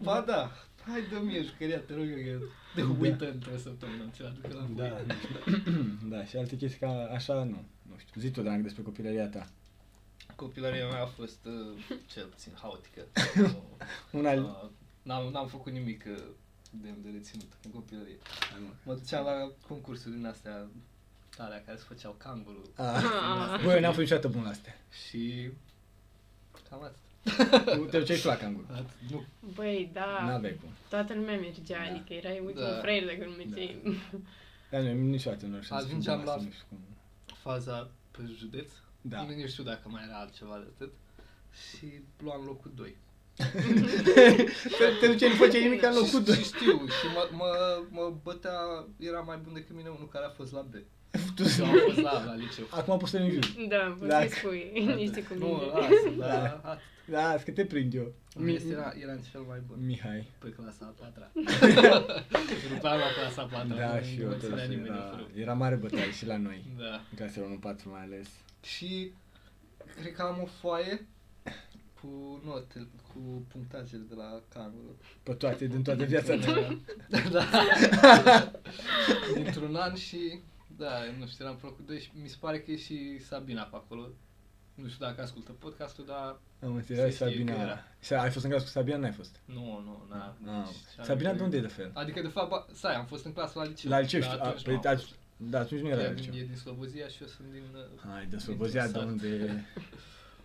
Speaker 2: Ba da, hai dă mie jucăria, te rog eu, că de
Speaker 1: Da.
Speaker 2: weekend trebuie să până, ți-o aduc la
Speaker 1: Da,
Speaker 2: voi.
Speaker 1: da, și alte chestii ca așa, nu. Nu știu. Zi tu, drag, despre copilăria ta.
Speaker 2: Copilăria mea a fost uh, cel puțin haotică.
Speaker 1: Una...
Speaker 2: Uh, n-am, n-am făcut nimic uh, de, de reținut în copilărie. Mă duceam la concursuri din astea, alea care se făceau canguru.
Speaker 1: Ah.
Speaker 3: Ah.
Speaker 1: Bă, eu n-am fost niciodată bun la astea.
Speaker 2: Și cam atât.
Speaker 1: Tu Te duceai și la canguru.
Speaker 2: atât. Nu,
Speaker 3: Băi, da,
Speaker 1: N-aveai cum.
Speaker 3: toată lumea mergea,
Speaker 1: Da.
Speaker 3: adică erai ultimul
Speaker 2: Da.
Speaker 3: fraier dacă nu mergeai.
Speaker 1: Dar Da, noi niciodată nu știu.
Speaker 2: Ajungeam la-
Speaker 1: Nu știu cum.
Speaker 2: faza pe județ,
Speaker 1: Da.
Speaker 2: nu, nu știu dacă mai era altceva de atât. Și luam locul 2.
Speaker 1: Te- Te duceai, nu făceai nimic la locul
Speaker 2: și,
Speaker 1: 2.
Speaker 2: și știu, și mă, mă, mă bătea, era mai bun decât mine unul care a fost la B.
Speaker 1: tu să...
Speaker 2: Eu am fost la, la liceu.
Speaker 1: Acum poți să ne juri.
Speaker 3: Da, poți
Speaker 1: Dacă-
Speaker 3: să spui niște
Speaker 2: Nu,
Speaker 3: cuvinte.
Speaker 2: lasă,
Speaker 1: Da.
Speaker 2: da, atât.
Speaker 1: Da, că te prind eu.
Speaker 2: Este era, era în cel mai bun.
Speaker 1: Mihai.
Speaker 2: Pe clasa a patra. Rupeam la clasa a patra.
Speaker 1: Da,
Speaker 2: nu-
Speaker 1: și
Speaker 2: nu
Speaker 1: eu
Speaker 2: mă ținea
Speaker 1: tot. și
Speaker 2: nimeni
Speaker 1: Da.
Speaker 2: în frâu.
Speaker 1: Era mare bătaie și la noi.
Speaker 2: Da.
Speaker 1: În clasele 1-4 mai ales.
Speaker 2: Și cred că am o foaie cu note, cu punctajele de la canul.
Speaker 1: Pe toate, din toată viața ta.
Speaker 2: da. Dintr-un an și... Da, nu știu, eram plăcut. Deci mi se pare că e și Sabina pe acolo. Nu știu dacă ascultă podcastul, dar
Speaker 1: Am înțeles,
Speaker 2: Se știe că
Speaker 1: Sabina.
Speaker 2: era. Da,
Speaker 1: Și ai fost în clasă cu Sabina? N-ai fost.
Speaker 2: nu, nu, n-a.
Speaker 1: Ah.
Speaker 2: nici ce-am
Speaker 1: Sabina de
Speaker 2: gândit.
Speaker 1: unde e de fel?
Speaker 2: Adică, de fapt, ba- stai, am fost în clasă la liceu.
Speaker 1: La liceu
Speaker 2: dar
Speaker 1: știu. a,
Speaker 2: Da, atunci
Speaker 1: păi, atunci-
Speaker 2: nu am fost.
Speaker 1: Da, atunci nu era la
Speaker 2: Ea
Speaker 1: liceu.
Speaker 2: E din Slobozia și eu sunt din... uh,
Speaker 1: Hai, de Slobozia, de
Speaker 2: Interesat.
Speaker 1: unde...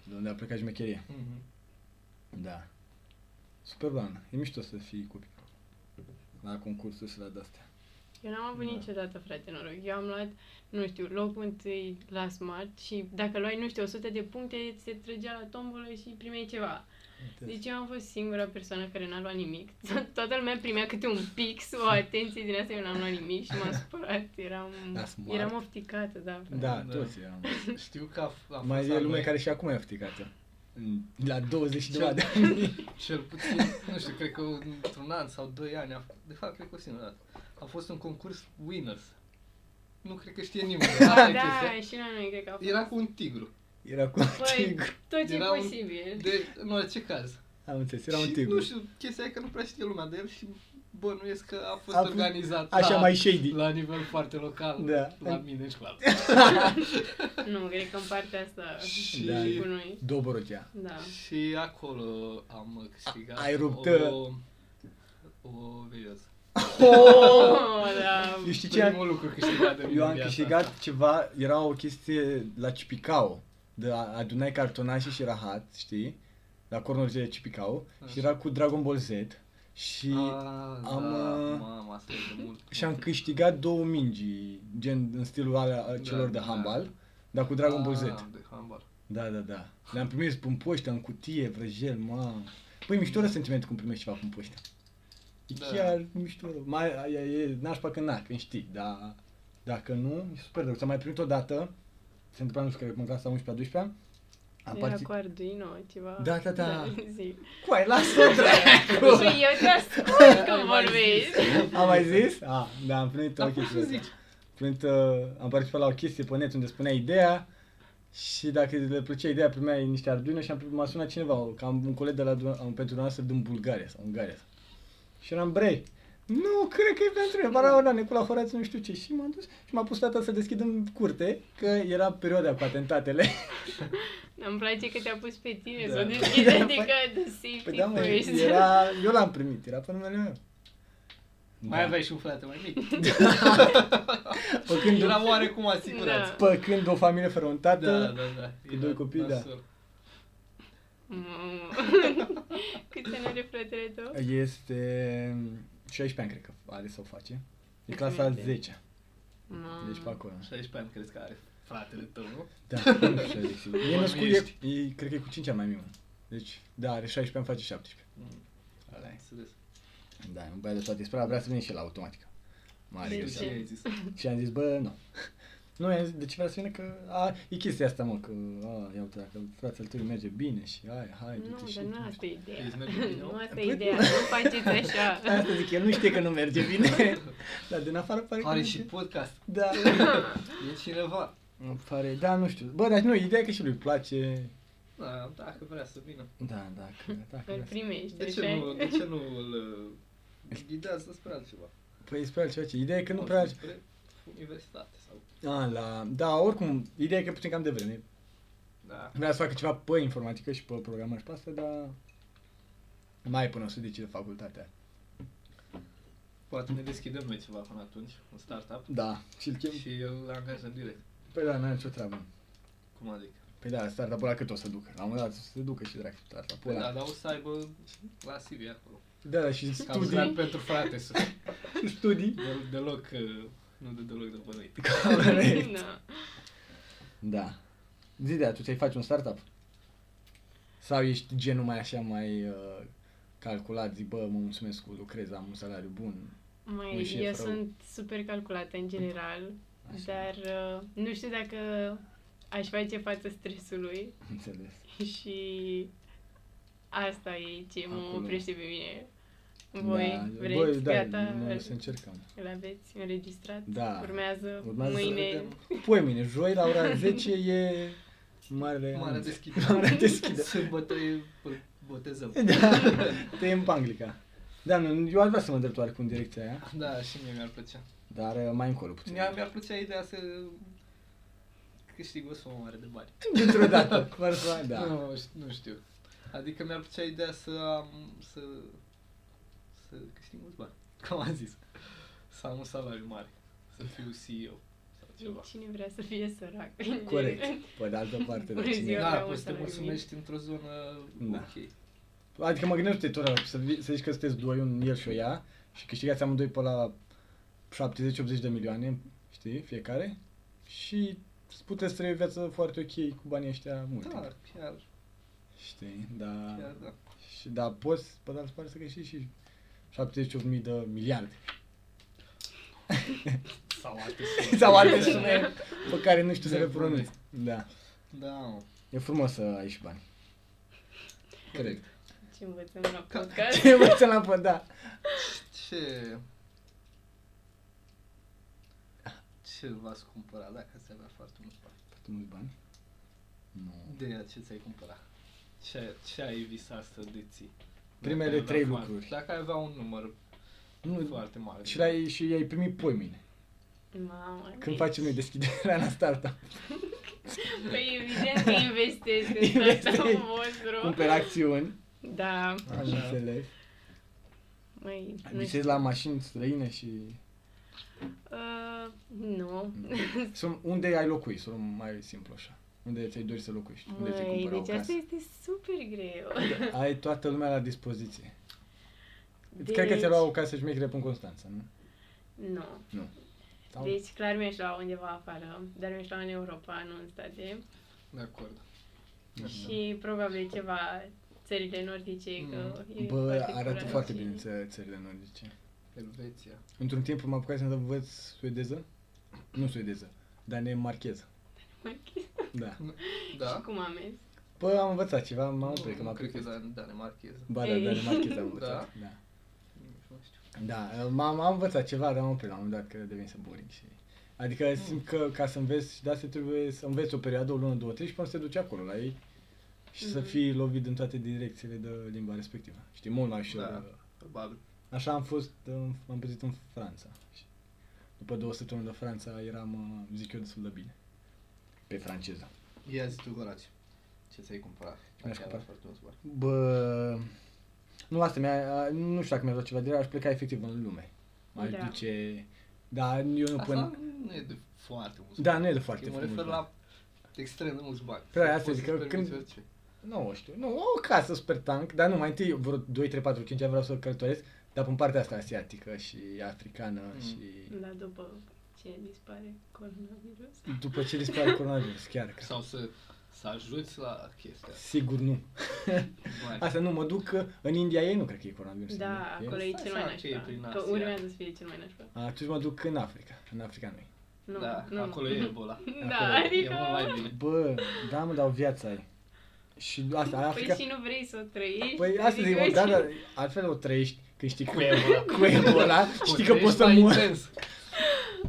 Speaker 1: De unde a plecat șmecheria.
Speaker 2: mhm.
Speaker 1: Da. Super blană. E mișto să fii copil. La concursul și la de-astea.
Speaker 3: Eu n-am avut
Speaker 1: Da.
Speaker 3: niciodată, frate, noroc. Eu am luat, nu știu, locul întâi la smart și dacă luai, nu știu, 100 de puncte, se trăgea la tombolă și primeai ceva. Deci eu am fost singura persoană care n-a luat nimic. To- Toată lumea primea câte un pix, o atenție din asta, eu n-am luat nimic și m-am supărat. Eram,
Speaker 1: La Smart.
Speaker 3: eram ofticată, da.
Speaker 1: Da,
Speaker 2: Da.
Speaker 1: toți eram.
Speaker 2: Știu că a, f- a
Speaker 1: Mai
Speaker 2: fost
Speaker 1: e
Speaker 2: al
Speaker 1: lume
Speaker 2: doi-
Speaker 1: care și acum e ofticată. La 20 de
Speaker 2: Cel-
Speaker 1: ani.
Speaker 2: Cel puțin, nu știu, cred că într-un an sau doi ani, a, de fapt, cred că o singură dată, a fost un concurs Winners. Nu cred că știe nimeni. asta e
Speaker 3: Da,
Speaker 2: chestia.
Speaker 3: și la noi cred că a fost.
Speaker 2: Era cu un tigru.
Speaker 1: Era cu un
Speaker 3: Păi,
Speaker 1: tigru.
Speaker 3: tot ce e
Speaker 2: Era un-
Speaker 3: posibil.
Speaker 2: De, în orice caz.
Speaker 1: Am înțeles, era
Speaker 2: și,
Speaker 1: un tigru.
Speaker 2: nu știu, chestia e că nu prea știe lumea de el și bănuiesc că a fost
Speaker 1: A fost
Speaker 2: organizat
Speaker 1: Așa
Speaker 2: la,
Speaker 1: mai shady.
Speaker 2: la nivel foarte local,
Speaker 1: Da.
Speaker 2: la mine și la
Speaker 3: Nu, cred că în partea asta
Speaker 2: Și-
Speaker 1: Da, e-
Speaker 3: cu noi.
Speaker 1: Dobrogea.
Speaker 3: Da.
Speaker 2: Și acolo am câștigat
Speaker 1: Ai rupt,
Speaker 2: o, o verioasă.
Speaker 3: Oh, da.
Speaker 1: Eu știi ce am-
Speaker 2: Primul lucru câștigat de mine
Speaker 1: Eu am
Speaker 2: în viața
Speaker 1: câștigat
Speaker 2: asta.
Speaker 1: ceva, era o chestie la Cipicao, de la- adunai cartonașe și rahat, știi? La cornurile de Cipicao și era cu Dragon Ball Z și
Speaker 2: A,
Speaker 1: am,
Speaker 2: da,
Speaker 1: uh,
Speaker 2: mama, asta e de mult.
Speaker 1: și am câștigat două mingi, gen în stilul alea, celor de
Speaker 2: da.
Speaker 1: handbal, dar cu Dragon Ball Z.
Speaker 2: Ah, de handball.
Speaker 1: Da, da, da. Le-am primit prin poștă, în cutie, vrăjel, mă. Păi mișto rău sentimentul când primești ceva prin poștă. E
Speaker 2: Da.
Speaker 1: chiar mișto rău. Mai, e, e nașpa că na, când știi, dar dacă nu, e super rău. Ți-am mai primit o dată, se întâmpla, nu știu, cred că în clasa 11 12 am
Speaker 3: Era
Speaker 1: partit...
Speaker 3: cu Arduino, ceva.
Speaker 1: Da, da, da.
Speaker 3: zi.
Speaker 1: Cu ai, lasă dracu!
Speaker 3: Și eu te ascult când
Speaker 2: Ai mai
Speaker 3: vorbești.
Speaker 1: Am mai zis? Ah, da, am primit o
Speaker 2: Dar poți
Speaker 1: chestie.
Speaker 2: să
Speaker 1: de asta.
Speaker 2: zici.
Speaker 1: Primit, uh, am participat la o chestie pe net unde spunea ideea și dacă le plăcea ideea, primeai niște Arduino și am primit, m-a sunat cineva, că am un coleg de la Dun- am, pentru noastră din Bulgaria sau Ungaria. Și eram brei. Nu, cred că e pentru mine. Bara ora Necula Horațiu, nu știu ce. Și m-am dus și m-a pus tata să deschid în curte, că era perioada cu atentatele.
Speaker 3: Îmi place că te-a pus pe tine
Speaker 1: Da.
Speaker 3: să o deschizi,
Speaker 1: Da,
Speaker 3: adică the safety
Speaker 1: Păi da, mă,
Speaker 3: first.
Speaker 1: era, eu l-am primit, era pe numele meu.
Speaker 2: Mai aveai și un frate mai mic.
Speaker 1: Făcând,
Speaker 2: Era oarecum asigurat.
Speaker 1: făcând o familie fără un tată,
Speaker 2: Da, da, da.
Speaker 1: Cu doi copii, da.
Speaker 2: nasol.
Speaker 3: Mamă. Mm. Cât ani are fratele tău?
Speaker 1: Este 16 ani, cred că are să o face. E clasa
Speaker 3: Mulțumim.
Speaker 1: 10
Speaker 3: Mamă.
Speaker 1: deci pe acolo.
Speaker 2: 16 ani crezi că are fratele tău, nu?
Speaker 1: Da, nu știu, zic sigur. E
Speaker 2: Mă
Speaker 1: născut,
Speaker 2: miști.
Speaker 1: e, e, cred că e cu 5 ani mai minim. Deci, da, are 16 ani, face 17. Ăla e.
Speaker 2: Mm. Înțeles.
Speaker 1: Da, e un băiat de toate spre vrea să vină și la automatică. Mare
Speaker 3: De
Speaker 2: Știu
Speaker 1: greșeală.
Speaker 2: ce ai zis.
Speaker 1: Și am zis, bă, nu. Nu, i-am zis, de ce vrea să vină? Că a, e chestia asta, mă, că a, ia uite, dacă fratele tău îi merge bine și hai, hai,
Speaker 3: Nu,
Speaker 1: du-te și...
Speaker 3: dar nu asta e ideea.
Speaker 2: Deci merge bine,
Speaker 3: Nu
Speaker 2: mă?
Speaker 3: asta
Speaker 1: Păi
Speaker 3: e
Speaker 1: nu.
Speaker 3: ideea, nu faceți așa.
Speaker 1: Asta zic, el nu știe că nu merge bine, dar din afară pare că
Speaker 2: Are
Speaker 1: merge.
Speaker 2: și podcast.
Speaker 1: Da.
Speaker 2: E cineva.
Speaker 1: Îmi pare, da, nu știu. Bă, dar nu, ideea e că și lui îi place.
Speaker 2: Da, dacă vrea să vină.
Speaker 1: Da, dacă, dacă
Speaker 3: Îl
Speaker 1: vrea să-
Speaker 3: primești,
Speaker 2: De
Speaker 3: așa
Speaker 2: ce
Speaker 3: e.
Speaker 2: nu, de ce nu îl uh, ghidează spre altceva?
Speaker 1: Păi spre altceva ce. Ideea e că nu prea...
Speaker 2: Spre universitate sau...
Speaker 1: A, la... Da, oricum, ideea e că puțin cam de vreme.
Speaker 2: Da.
Speaker 1: Vrea să facă ceva pe informatică și pe programare și pe asta, dar... Mai e până o să decide facultatea.
Speaker 2: Poate ne deschidem noi ceva până atunci, un startup.
Speaker 1: Da, și-l chem.
Speaker 2: Și îl angajăm direct.
Speaker 1: Păi da, n-are nicio treabă.
Speaker 2: Cum adică?
Speaker 1: Păi da, startup-ul ăla cât o să ducă? La un moment dat o să se ducă și dracu startup-ul
Speaker 2: Păi
Speaker 1: ăla.
Speaker 2: da, dar o să aibă la CV acolo.
Speaker 1: Da, da, și
Speaker 2: Ca un grad
Speaker 3: exact.
Speaker 1: studii.
Speaker 2: pentru frate să
Speaker 1: studii.
Speaker 2: de, deloc, uh, nu de deloc de bănuit.
Speaker 1: Corect.
Speaker 3: Da.
Speaker 1: Da. Zi de tu ți-ai face un startup? Sau ești genul mai așa, mai uh, calculat, zi, bă, mă mulțumesc că lucrez, am un salariu bun. Un
Speaker 3: Mai,
Speaker 1: șef
Speaker 3: eu
Speaker 1: rău.
Speaker 3: sunt super calculată în general.
Speaker 1: Așa.
Speaker 3: Dar uh, nu știu dacă aș face față stresului
Speaker 1: Înțeles.
Speaker 3: și asta e ce mă
Speaker 1: Acolo.
Speaker 3: oprește pe mine. Voi
Speaker 1: da,
Speaker 3: vreți,
Speaker 1: voi, da,
Speaker 3: gata,
Speaker 1: noi
Speaker 3: îl-
Speaker 1: să încercăm.
Speaker 3: îl aveți înregistrat,
Speaker 1: Da.
Speaker 3: urmează,
Speaker 1: Urmează să
Speaker 3: mâine.
Speaker 2: vedem.
Speaker 1: Poi mâine, joi la ora 10 e marele
Speaker 2: Marea
Speaker 1: anunț.
Speaker 2: deschidere.
Speaker 1: Marea deschidere.
Speaker 2: Sâmbătă e îl botezăm.
Speaker 1: Da, te în panglica. Da, nu, eu aș vrea să mă îndrept oarecum în direcția aia,
Speaker 2: Da, și mie mi-ar plăcea.
Speaker 1: dar eh, mai încolo puțin.
Speaker 2: Mi-ar, mi-ar plăcea ideea să câștig o sumă mare de bani.
Speaker 1: Dintr-o dată. Fără să- da.
Speaker 2: Nu, ș- nu știu. Adică mi-ar plăcea ideea să am, să, să câștig mulți bani. Cum am zis. Să am un salariu mare. Să fiu CEO sau ceva.
Speaker 3: Cine vrea să fie sărac? în
Speaker 1: Corect.
Speaker 3: general.
Speaker 1: Pe de altă parte, da,
Speaker 3: Bună
Speaker 1: cine...
Speaker 3: Eu
Speaker 2: da,
Speaker 3: vreau un
Speaker 2: poți să te
Speaker 3: salariu
Speaker 2: mulțumești într-o zonă
Speaker 1: Da.
Speaker 2: ok.
Speaker 1: Adică mă gândesc tot ăla, să, vi- să zici că sunteți doi, un el și o ea, și câștigați amândoi pe la 70-80 de milioane, știi, fiecare, și puteți trăi o viață foarte ok cu banii ăștia mult. timp.
Speaker 2: Da, chiar,
Speaker 1: Știi, da.
Speaker 2: chiar, da.
Speaker 1: Și da, poți, pe de altă parte, să găsești și 78.000 de miliarde.
Speaker 2: Sau alte sume.
Speaker 1: Sau alte sume pe care nu știu să le pronunț. Da.
Speaker 2: Da, mă.
Speaker 1: E frumos să ai și bani. Cred.
Speaker 2: Corect.
Speaker 3: Ce învățăm la podcast?
Speaker 1: Ce învățăm la pă, da.
Speaker 2: Ce... Ce v-ați cumpăra dacă ați avea foarte mult bani?
Speaker 1: Foarte mulți bani. Nu.
Speaker 2: De ce ți-ai cumpărat? Ce, ce ai visat să deții?
Speaker 1: Primele
Speaker 2: Dacă ai
Speaker 1: trei
Speaker 2: avea
Speaker 1: lucruri.
Speaker 2: da, Foarte, dacă ai avea un număr
Speaker 1: Nu.
Speaker 2: foarte mare.
Speaker 1: Și l-ai, și i-ai primit poi mine.
Speaker 3: Mamă.
Speaker 1: Când facem noi deschiderea la startup.
Speaker 3: Păi evident că investesc în
Speaker 1: Investești.
Speaker 3: startup vostru.
Speaker 1: Cumperi acțiuni.
Speaker 3: Da,
Speaker 1: Am
Speaker 2: Așa.
Speaker 1: înțeles.
Speaker 3: măi, nu știu.
Speaker 1: Visezi la mașini străine și...
Speaker 3: Uh, nu.
Speaker 1: Sunt- Unde ai locuit? Să o luăm mai simplu așa. Unde ți-ai dori să locuiești? Unde ți-ai
Speaker 3: Măi,
Speaker 1: cumpărat o
Speaker 3: deci asta
Speaker 1: casă? Da.
Speaker 3: este super greu.
Speaker 1: Ai toată lumea la dispoziție.
Speaker 3: Deci,
Speaker 1: Cred că ți-a luat o casă și micre în Constanța, nu?
Speaker 3: Nu.
Speaker 1: Sau-
Speaker 3: Deci clar mi-aș lua undeva afară, dar mi-aș lua în Europa, nu în state.
Speaker 2: De acord.
Speaker 1: Da,
Speaker 3: Și probabil ceva țările nordice, că e
Speaker 1: Mm. Bă,
Speaker 3: foarte
Speaker 1: arată
Speaker 3: curat
Speaker 1: foarte
Speaker 3: și-
Speaker 1: bine ță- țările nordice.
Speaker 2: Elveția.
Speaker 1: Într-un timp mă apucat să învăț suedeză. Nu suedeză, danemarcheză. Da.
Speaker 3: Da. Și
Speaker 2: Da?
Speaker 3: cum am mers?
Speaker 1: Bă, am învățat ceva, m-am oprit că
Speaker 2: nu,
Speaker 1: m-a
Speaker 2: nu cred că da,
Speaker 1: plăcut.
Speaker 2: e Dan- danemarcheză.
Speaker 1: Ba, da,
Speaker 3: Ei.
Speaker 1: danemarcheză am învățat. Da.
Speaker 2: Nu știu.
Speaker 1: Da, m-am am învățat ceva, dar am oprit la un moment dat că devenise boring și... Adică simt că ca să înveți și de asta trebuie să înveți o perioadă, o lună, două, trei și până să te duci acolo la ei și să
Speaker 3: Mhm.
Speaker 1: fii lovit în toate direcțiile de limba respectivă. Știi, mult mai ușor.
Speaker 2: Da.
Speaker 1: uh,
Speaker 2: Probabil.
Speaker 1: Așa am fost, uh, am păzit în Franța. Și După două săptămâni de Franța eram, uh, zic eu, destul de bine. Pe franceză.
Speaker 2: Ia zi tu, Horace. Ce ți-ai cumpărat?
Speaker 1: Mi-aș
Speaker 2: Dacă ai
Speaker 1: cumpăra.
Speaker 2: avea foarte mulți bani.
Speaker 1: Bă, nu asta, mi-a, nu știu dacă mi-a dat ceva de rea, aș pleca efectiv în lume. Mai
Speaker 3: Da.
Speaker 1: duce... Dar eu nu până...
Speaker 2: Asta nu e de foarte mulți
Speaker 1: Da,
Speaker 2: bani.
Speaker 1: nu e de foarte
Speaker 2: Eu mă
Speaker 1: mulți
Speaker 2: refer
Speaker 1: bani.
Speaker 2: la extrem de mulți bani.
Speaker 1: Păi,
Speaker 2: Să
Speaker 1: asta
Speaker 2: poți
Speaker 1: zic,
Speaker 2: să-ți
Speaker 1: că
Speaker 2: permiți
Speaker 1: când-
Speaker 2: orice.
Speaker 1: Nu știu, nu, o casă super tank, dar nu, mai întâi vreo 2, 3, 4, 5 ani vreau să călătoresc, dar în partea asta asiatică și africană
Speaker 2: Mm.
Speaker 1: și...
Speaker 3: Da, după ce dispare coronavirus.
Speaker 1: După ce dispare coronavirus, chiar că...
Speaker 2: Sau să, să ajuți la chestia.
Speaker 1: Sigur nu.
Speaker 2: Bani.
Speaker 1: Asta nu, mă duc că în India ei nu cred că e coronavirus.
Speaker 3: Adică- Da,
Speaker 1: nu e?
Speaker 3: acolo e
Speaker 2: Stai
Speaker 3: cel
Speaker 2: seama
Speaker 3: mai
Speaker 2: că e prin
Speaker 3: nașpa. Că
Speaker 2: Asia.
Speaker 3: urmează să fie cel mai nașpa.
Speaker 1: Atunci mă duc în Africa. În Africa nu
Speaker 3: Nu,
Speaker 2: da,
Speaker 3: nu.
Speaker 2: acolo e Ebola.
Speaker 3: Da,
Speaker 1: Acolo.
Speaker 2: E
Speaker 3: adică...
Speaker 2: mult mai bine.
Speaker 1: Bă, da mă, dar o viață ai. Și asta, ai Africa...
Speaker 3: Păi și nu vrei să o trăiești?
Speaker 1: Păi asta zic,
Speaker 3: adică
Speaker 1: mă, da,
Speaker 3: și-
Speaker 1: dar altfel o trăiești când știi
Speaker 2: Cu Ebola.
Speaker 1: cu Ebola, știi că
Speaker 2: Trăiești
Speaker 1: poți să
Speaker 2: mai
Speaker 1: mori.
Speaker 2: intens.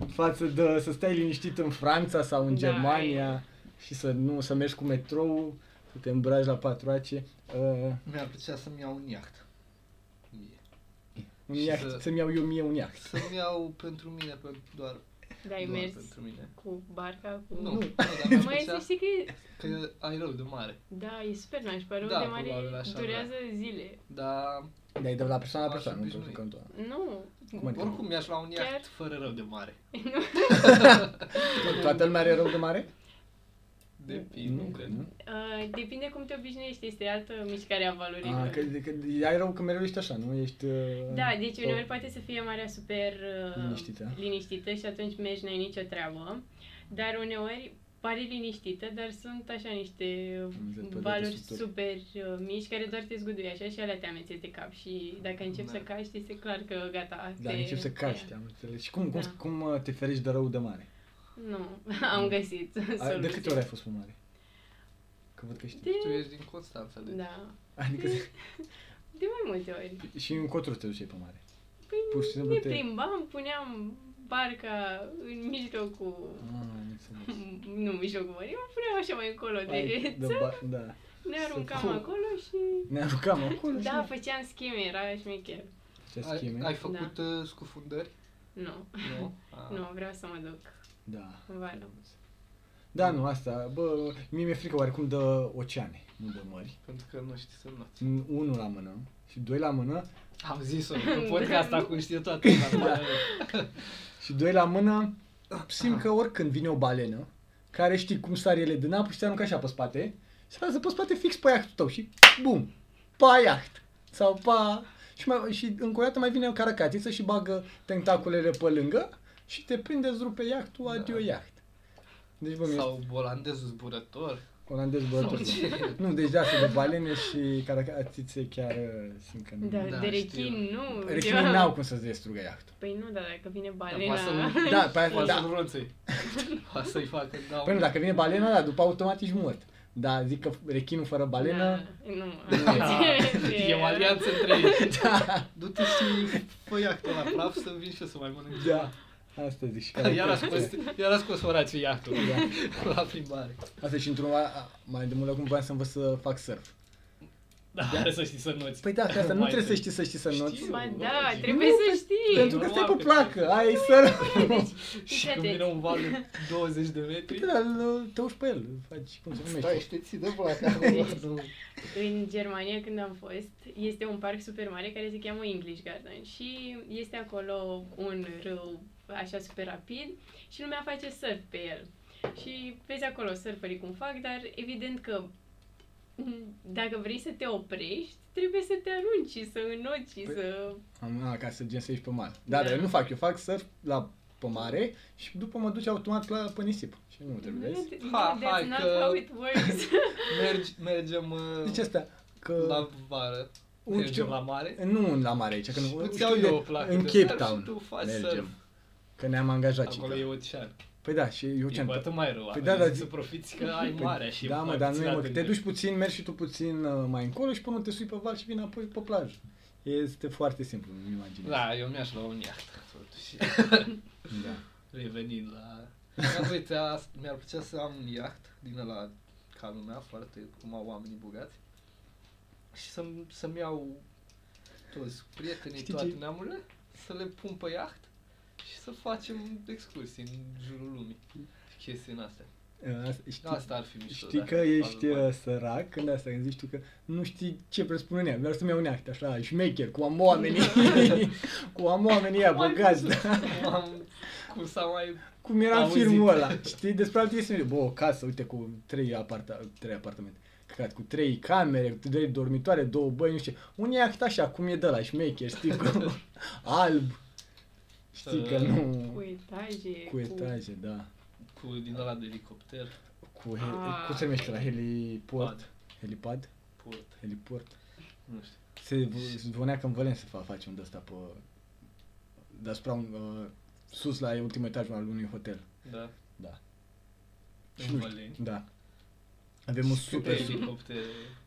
Speaker 1: față de să stai liniștit în Franța sau în
Speaker 3: Da,
Speaker 1: Germania și să nu să mergi cu metrou, să te îmbraci la patru ace, uh,
Speaker 2: Mi-ar plăcea să-mi iau un iaht. Mie.
Speaker 1: un
Speaker 2: Și
Speaker 1: iaht,
Speaker 2: să-
Speaker 1: să-mi iau eu mie un iaht.
Speaker 2: Să-mi iau pentru mine, pentru doar,
Speaker 3: Da, ai
Speaker 2: doar
Speaker 3: mers
Speaker 2: pentru mine.
Speaker 3: cu barca, cu...
Speaker 2: Nu, nu, dar mi-ar
Speaker 3: Mai să
Speaker 2: plăcea
Speaker 3: știi că e-
Speaker 2: că ai rău de mare.
Speaker 3: Da, e super nașpa, rău
Speaker 2: Da,
Speaker 3: de mare
Speaker 2: probabil așa, da.
Speaker 3: durează zile.
Speaker 2: Dar
Speaker 1: Dar e de la persoană la
Speaker 2: M-aș
Speaker 1: persoană, nu
Speaker 2: obișnui.
Speaker 1: pentru că tu.
Speaker 3: Nu,
Speaker 1: Cum adică?
Speaker 2: oricum mi-aș lua un iaht
Speaker 3: Chiar?
Speaker 2: fără rău de mare.
Speaker 1: To- Toată lumea are rău de mare?
Speaker 2: Depinde, nu, cred.
Speaker 3: uh, depinde cum te obișnuiești, este altă mișcare a valorilor.
Speaker 1: A, Ah, că, că, ai rău că mereu ești așa, nu? Ești... Uh,
Speaker 3: Da, deci
Speaker 1: o-
Speaker 3: uneori poate să fie marea super uh,
Speaker 1: Liniștită.
Speaker 3: liniștită și atunci mergi, n-ai nicio treabă. Dar uneori pare liniștită, dar sunt așa niște
Speaker 1: înțeles, pe
Speaker 3: valori
Speaker 1: date suturi.
Speaker 3: super uh, mici care doar te zguduie așa și alea te amețesc de cap și dacă începi
Speaker 2: Da.
Speaker 3: să caști, este clar că gata.
Speaker 1: Da,
Speaker 3: te-
Speaker 1: încep să da.
Speaker 3: te-
Speaker 1: caști, am înțeles. Și cum, cum,
Speaker 3: Da.
Speaker 1: cum uh, te ferești de rău de mare?
Speaker 3: Nu, am găsit
Speaker 1: A, de
Speaker 3: soluții.
Speaker 1: câte ori ai fost spumare? Că văd că știi.
Speaker 2: Tu
Speaker 3: De,
Speaker 2: ești din Constanța, deci.
Speaker 3: da,
Speaker 1: Adică
Speaker 3: de mai multe ori.
Speaker 1: și în cotru te duceai pe mare. Pur și
Speaker 3: Păi
Speaker 1: simplu
Speaker 3: ne
Speaker 1: te-
Speaker 3: plimbam, puneam barca în mijlocul
Speaker 1: Ah, am înțeles.
Speaker 3: nu în mijlocul mării, mă puneam așa mai încolo de
Speaker 1: Ai- de
Speaker 3: țară,
Speaker 1: ba- da.
Speaker 3: ne aruncam
Speaker 1: Să-
Speaker 3: acolo și...
Speaker 1: Ne aruncam acolo și
Speaker 3: Da, făceam schimb, era șmecher.
Speaker 1: ce
Speaker 2: Ai,
Speaker 1: schimbe.
Speaker 2: ai făcut uh, scufundări?
Speaker 3: Nu,
Speaker 2: Nu. Ah.
Speaker 3: Da. nu, vreau să mă duc
Speaker 1: Da.
Speaker 3: în vară.
Speaker 1: Da, nu, asta, bă, mie mi-e frică oarecum de oceane, nu de mări.
Speaker 2: Pentru că nu știi să nuți.
Speaker 1: Unul la mână și doi la mână
Speaker 2: Am zis-o,
Speaker 3: Da.
Speaker 2: în podcast acum știe toată
Speaker 1: Da.
Speaker 2: lumea.
Speaker 1: și doi la mână simt că oricând vine o balenă care știi cum sar ele din apă și te aruncă așa pe spate și lasă pe spate fix pe iahtul tău și bum, pa iaht sau pa și, mai, și încă o dată mai vine o caracatiță și bagă tentaculele pe lângă și te prinde zrupe iahtul,
Speaker 2: Da.
Speaker 1: adio iaht. Deci bă, mi-e
Speaker 2: Sau bolandezul zburător.
Speaker 1: Olandez bătător.
Speaker 2: Sau ce?
Speaker 1: Nu, deci de asta de balene și caracatițe chiar uh, simt că nu.
Speaker 3: Dar
Speaker 2: Da, știu.
Speaker 3: de rechin nu.
Speaker 1: Rechinii
Speaker 3: eu-
Speaker 1: n-au cum să-ți destrugă iahtul.
Speaker 3: Păi nu, dar dacă vine
Speaker 2: poate
Speaker 3: balena...
Speaker 2: să-
Speaker 1: Da, pe aia,
Speaker 2: Poate
Speaker 1: da.
Speaker 2: să-l ronțăi. Poate să-i facă da.
Speaker 1: Păi nu, dacă vine balena, da, după automat ești mort. Da, zic că rechinul fără balenă...
Speaker 3: Da, Nu,
Speaker 2: Ah, E o alianță între ei.
Speaker 1: Da,
Speaker 2: Du-te și fă iactul la praf să vin și eu să mai mănânc.
Speaker 1: da. Asta zic și
Speaker 2: Iar a
Speaker 1: caracatițe.
Speaker 2: scos, iar a scos orații iactul
Speaker 1: Da.
Speaker 2: la plimbare.
Speaker 1: Asta și într-un a- mai de mult acum voiam să învăț să fac surf.
Speaker 2: Da, are să știi să nuți.
Speaker 1: Păi da, că asta nu
Speaker 2: Mai
Speaker 1: trebuie să
Speaker 2: întâi.
Speaker 1: știi să știi să
Speaker 2: Știu.
Speaker 1: noți.
Speaker 3: Ba
Speaker 2: Nu,
Speaker 3: da,
Speaker 2: zic.
Speaker 3: trebuie
Speaker 1: Nu,
Speaker 3: să știi.
Speaker 1: Pentru că
Speaker 2: Nu
Speaker 1: stai
Speaker 2: am
Speaker 1: pe
Speaker 2: că-
Speaker 1: placă, aia e surf.
Speaker 2: Și când vine un val de 20 de metri,
Speaker 1: Da, îl- te uși pe el, faci cum se numește.
Speaker 2: și te ții de placa acolo.
Speaker 3: În Germania, când am fost, este un parc super mare care se cheamă English Garden și este acolo un râu așa super rapid și lumea face surf pe el. Și vezi acolo surferii cum fac, dar evident că m, dacă vrei să te oprești, trebuie să te arunci și să înoci și
Speaker 1: Păi-
Speaker 3: să...
Speaker 1: Am, a, ca să gen să ieși pe mare. Da,
Speaker 3: Da.
Speaker 1: dar eu nu fac, eu fac surf la pe mare și după mă duce automat la pe nisip. Și nu trebuie. vezi.
Speaker 3: Nu,
Speaker 2: Ha,
Speaker 3: that's
Speaker 2: hai
Speaker 3: not
Speaker 2: că-
Speaker 3: how it works.
Speaker 2: Mergi, mergem uh,
Speaker 1: Deci asta, că
Speaker 2: la vară,
Speaker 1: un-
Speaker 2: mergem la mare.
Speaker 1: nu la mare aici, că nu,
Speaker 2: Îți
Speaker 1: știu
Speaker 2: iau
Speaker 1: unde-
Speaker 2: eu o placă
Speaker 1: în
Speaker 2: de
Speaker 1: Cape
Speaker 2: surf
Speaker 1: Town
Speaker 2: și tu faci
Speaker 1: mergem.
Speaker 2: surf.
Speaker 1: Că ne-am angajat
Speaker 2: Acolo
Speaker 1: cica.
Speaker 2: e ocean.
Speaker 1: Păi da, și eu
Speaker 2: E
Speaker 1: ce
Speaker 2: cu atât mai rău.
Speaker 1: Păi
Speaker 2: Păi
Speaker 1: da,
Speaker 2: da,
Speaker 1: dar
Speaker 2: da, să
Speaker 1: zic-
Speaker 2: profiți că ai mare și
Speaker 1: da, mă,
Speaker 2: mai
Speaker 1: dar nu
Speaker 2: puțin
Speaker 1: e mă, că
Speaker 2: atenție.
Speaker 1: te duci puțin, mergi și tu puțin uh, mai încolo și până te sui pe val și vin apoi pe plajă. Este foarte simplu, îmi imaginez.
Speaker 2: Da, eu mi-aș lua un iaht, totuși.
Speaker 1: da.
Speaker 2: Revenind la... Da, uite, a- mi-ar plăcea să am un iaht din ăla ca lumea, foarte cum au oamenii bogați. Și să-mi, să-mi iau toți prietenii,
Speaker 1: Știi
Speaker 2: toate
Speaker 1: ce-
Speaker 2: neamurile, să le pun pe iaht și să facem excursii în jurul lumii. Și Chestii în astea.
Speaker 1: Uh, asta- Știi,
Speaker 2: Da, Asta ar fi mișto.
Speaker 1: Știi
Speaker 2: dacă
Speaker 1: că
Speaker 2: ar fi
Speaker 1: ești
Speaker 2: bază.
Speaker 1: uh, sărac când asta când zici tu că nu știi ce presupune nea. Vreau să-mi iau neact, așa, șmecher, cu am oamenii, cu am oamenii ăia,
Speaker 2: Am
Speaker 1: băgați, da.
Speaker 2: văzut cum am- Cum s-a mai...
Speaker 1: Cum era în
Speaker 2: Auzit.
Speaker 1: filmul ăla, știi? Despre alte chestii. Bă, o casă, uite, cu trei, aparta, trei apartamente. Căcat, cu trei camere, cu trei dormitoare, două băi, nu știu. ce. Un iaht așa, cum e de la șmecher, știi, cu alb. Știi că nu...
Speaker 3: Cu etaje,
Speaker 1: Cu etaje, da.
Speaker 2: Cu din ăla de elicopter.
Speaker 1: Cu, heli,
Speaker 3: Ah.
Speaker 1: cum se numește la heliport?
Speaker 2: Pad.
Speaker 1: Helipad?
Speaker 2: Port.
Speaker 1: Heliport?
Speaker 2: Nu știu.
Speaker 1: Se v- zvonea că în Valen se va face un de-asta pe... Deasupra un... Uh, sus la ultimul etaj al unui hotel.
Speaker 2: Da.
Speaker 1: Da. Și
Speaker 2: În
Speaker 1: nu
Speaker 2: Valeni.
Speaker 1: știu, Da. Avem un super,
Speaker 2: Câte
Speaker 1: super...
Speaker 2: elicoptere.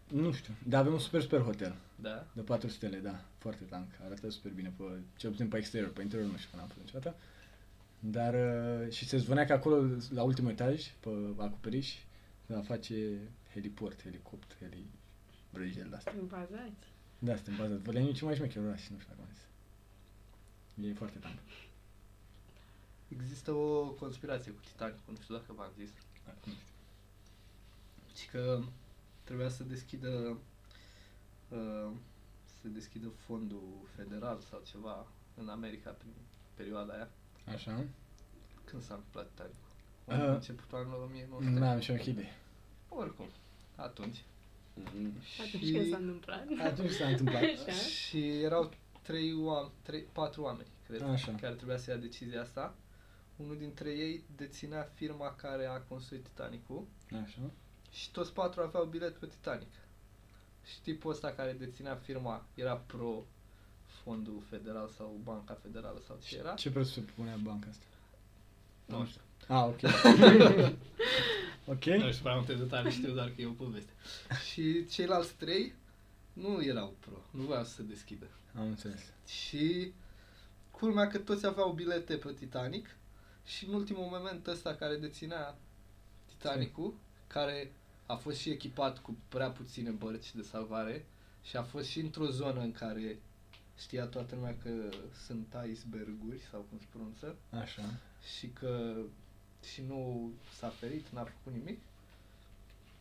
Speaker 1: Nu știu. Dar avem un super, super hotel.
Speaker 2: Da.
Speaker 1: De 4 stele, da. Foarte tank. Arată super bine. Pe, cel puțin pe exterior. Pe interior nu știu că n-am fost niciodată. Dar... Uh, și se zvonea că acolo, la ultimul etaj, pe acoperiș, se va face heliport, helicopt, heli... Brăjel de-astea.
Speaker 3: Bazați.
Speaker 1: Da, suntem bazat. Văleniu e cel mai șmecher oraș, nu știu cum zis. E foarte tare.
Speaker 2: Există o conspirație cu Titanicul, nu știu dacă v-am zis. Și că trebuia să deschidă uh, să deschidă fondul federal sau ceva în America prin perioada aia.
Speaker 1: Așa?
Speaker 2: Când s-a întâmplat Titanicul?
Speaker 1: Ah.
Speaker 2: În începutul anului 1900?
Speaker 1: N-am Da, și o idee.
Speaker 2: Oricum, atunci. Mm-hmm.
Speaker 3: Atunci când s-a întâmplat.
Speaker 1: Atunci s-a întâmplat.
Speaker 3: Așa.
Speaker 2: Și erau trei oameni, trei, patru oameni, cred,
Speaker 1: Așa.
Speaker 2: care trebuia să ia decizia asta. Unul dintre ei deținea firma care a construit Titanicul
Speaker 1: Așa?
Speaker 2: și toți patru aveau bilet pe Titanic. Și tipul ăsta care deținea firma era pro fondul federal sau banca federală sau ce era.
Speaker 1: Ce presupunea banca asta?
Speaker 2: Nu știu.
Speaker 1: Ah, ok. ok?
Speaker 2: Nu știu prea multe detalii, știu doar că e o poveste. Și ceilalți trei nu erau pro, nu voiau să se deschidă.
Speaker 1: Am înțeles.
Speaker 2: Și culmea că toți aveau bilete pe Titanic și în ultimul moment ăsta care deținea Titanicul, care a fost și echipat cu prea puține bărci de salvare și a fost și într-o zonă în care știa toată lumea că sunt iceberguri sau cum se pronunță,
Speaker 1: Așa.
Speaker 2: și că și nu s-a ferit, n-a făcut nimic.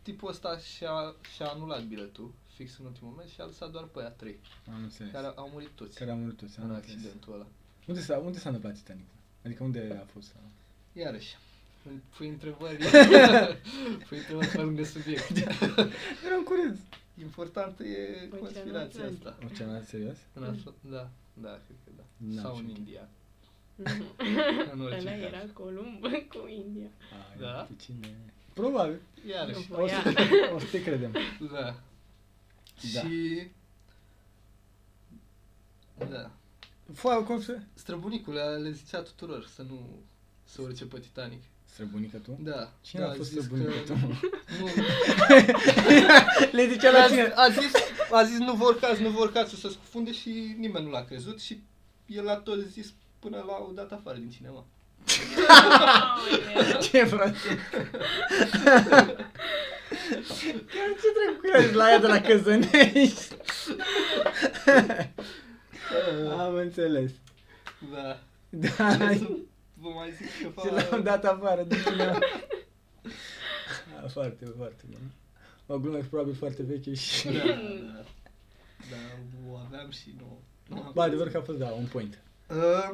Speaker 2: Tipul ăsta și-a, și-a anulat biletul fix în ultimul moment și a lăsat doar pe aia trei,
Speaker 1: Am înțeles.
Speaker 2: care au murit toți
Speaker 1: Care am murit toți, am
Speaker 2: în
Speaker 1: înțeles.
Speaker 2: accidentul ăla.
Speaker 1: Unde s-a, unde s-a întâmplat Titanic? Adică unde a fost?
Speaker 2: Iarăși, îmi pui întrebări, pui întrebări pe lângă subiect.
Speaker 1: Da. Eram curios.
Speaker 2: Important e
Speaker 3: Oceanul
Speaker 2: conspirația
Speaker 3: Atlantic.
Speaker 2: asta.
Speaker 1: Oceanul serios?
Speaker 2: În
Speaker 3: Mm.
Speaker 2: Atl- da, da, cred că da.
Speaker 1: N-am
Speaker 2: Sau în
Speaker 1: știut.
Speaker 2: India. În
Speaker 3: Ăla
Speaker 2: orice
Speaker 3: era
Speaker 2: caz.
Speaker 3: Columb cu India.
Speaker 1: Ah,
Speaker 2: Da?
Speaker 1: cu cine? Probabil.
Speaker 2: Iarăși,
Speaker 1: O
Speaker 3: Ia.
Speaker 1: să, o să te credem.
Speaker 2: Da.
Speaker 1: Da.
Speaker 2: Și... Da.
Speaker 1: Foaia, cum se?
Speaker 2: Străbunicul le- le zicea tuturor să nu se urce pe Titanic.
Speaker 1: Străbunica tu?
Speaker 2: Da.
Speaker 1: Cine
Speaker 2: da,
Speaker 1: a fost
Speaker 2: zis
Speaker 1: străbunica
Speaker 2: că-
Speaker 1: tu?
Speaker 2: Nu,
Speaker 1: Le zicea
Speaker 2: chiar
Speaker 1: la
Speaker 2: a,
Speaker 1: cine?
Speaker 2: a, zis, a zis nu vă urcați, nu vă urcați, o să scufunde și nimeni nu l-a crezut și el a tot zis până l-au dat afară din cinema.
Speaker 3: Aoleu.
Speaker 1: Ce frate? Chiar ce trebuie cu ea la ea de la Căzănești? Am înțeles.
Speaker 2: Da.
Speaker 1: Da,
Speaker 2: Ce să vă mai zic că
Speaker 1: și l-am
Speaker 2: fac...
Speaker 1: dat afară de cineva. Ah, Foarte, foarte bun. O glumă probabil foarte veche și...
Speaker 2: Da, da. Dar o aveam și nu. nu am.
Speaker 1: Ba, adevăr că a fost, da, un point.
Speaker 2: Uh,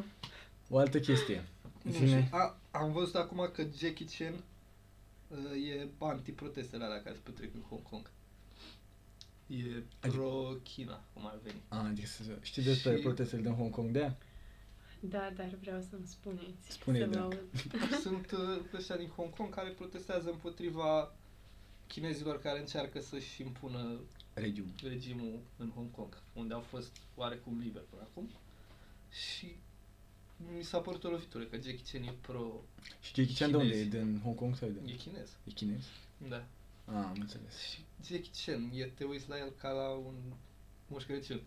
Speaker 1: O altă chestie.
Speaker 2: Nu știu.
Speaker 1: Zine.
Speaker 2: A, am văzut acum că Jackie Chan uh, e anti-protestele alea care se petrec în Hong Kong. E pro-China, cum ar veni.
Speaker 1: A, adică să- știi despre
Speaker 2: Și-
Speaker 1: protestele din Hong Kong de aia?
Speaker 3: Da, dar vreau să-mi spuneți.
Speaker 1: Spune,
Speaker 3: să vă
Speaker 1: Bianca.
Speaker 3: aud.
Speaker 2: Sunt uh, ăștia din Hong Kong care protestează împotriva chinezilor care încearcă să-și impună
Speaker 1: Regiu.
Speaker 2: regimul în Hong Kong, unde au fost oarecum liber până acum. Și mi s-a părut o lovitură că Jackie Chan e pro...
Speaker 1: Și Jackie Chan de unde e?
Speaker 2: Chinezi.
Speaker 1: Din Hong Kong sau e
Speaker 2: e
Speaker 1: din...
Speaker 2: chinez.
Speaker 1: E chinez?
Speaker 2: Da.
Speaker 1: A, am înțeles.
Speaker 2: Și Jackie Chan, e, te uiți la el ca la un moș Crăciun.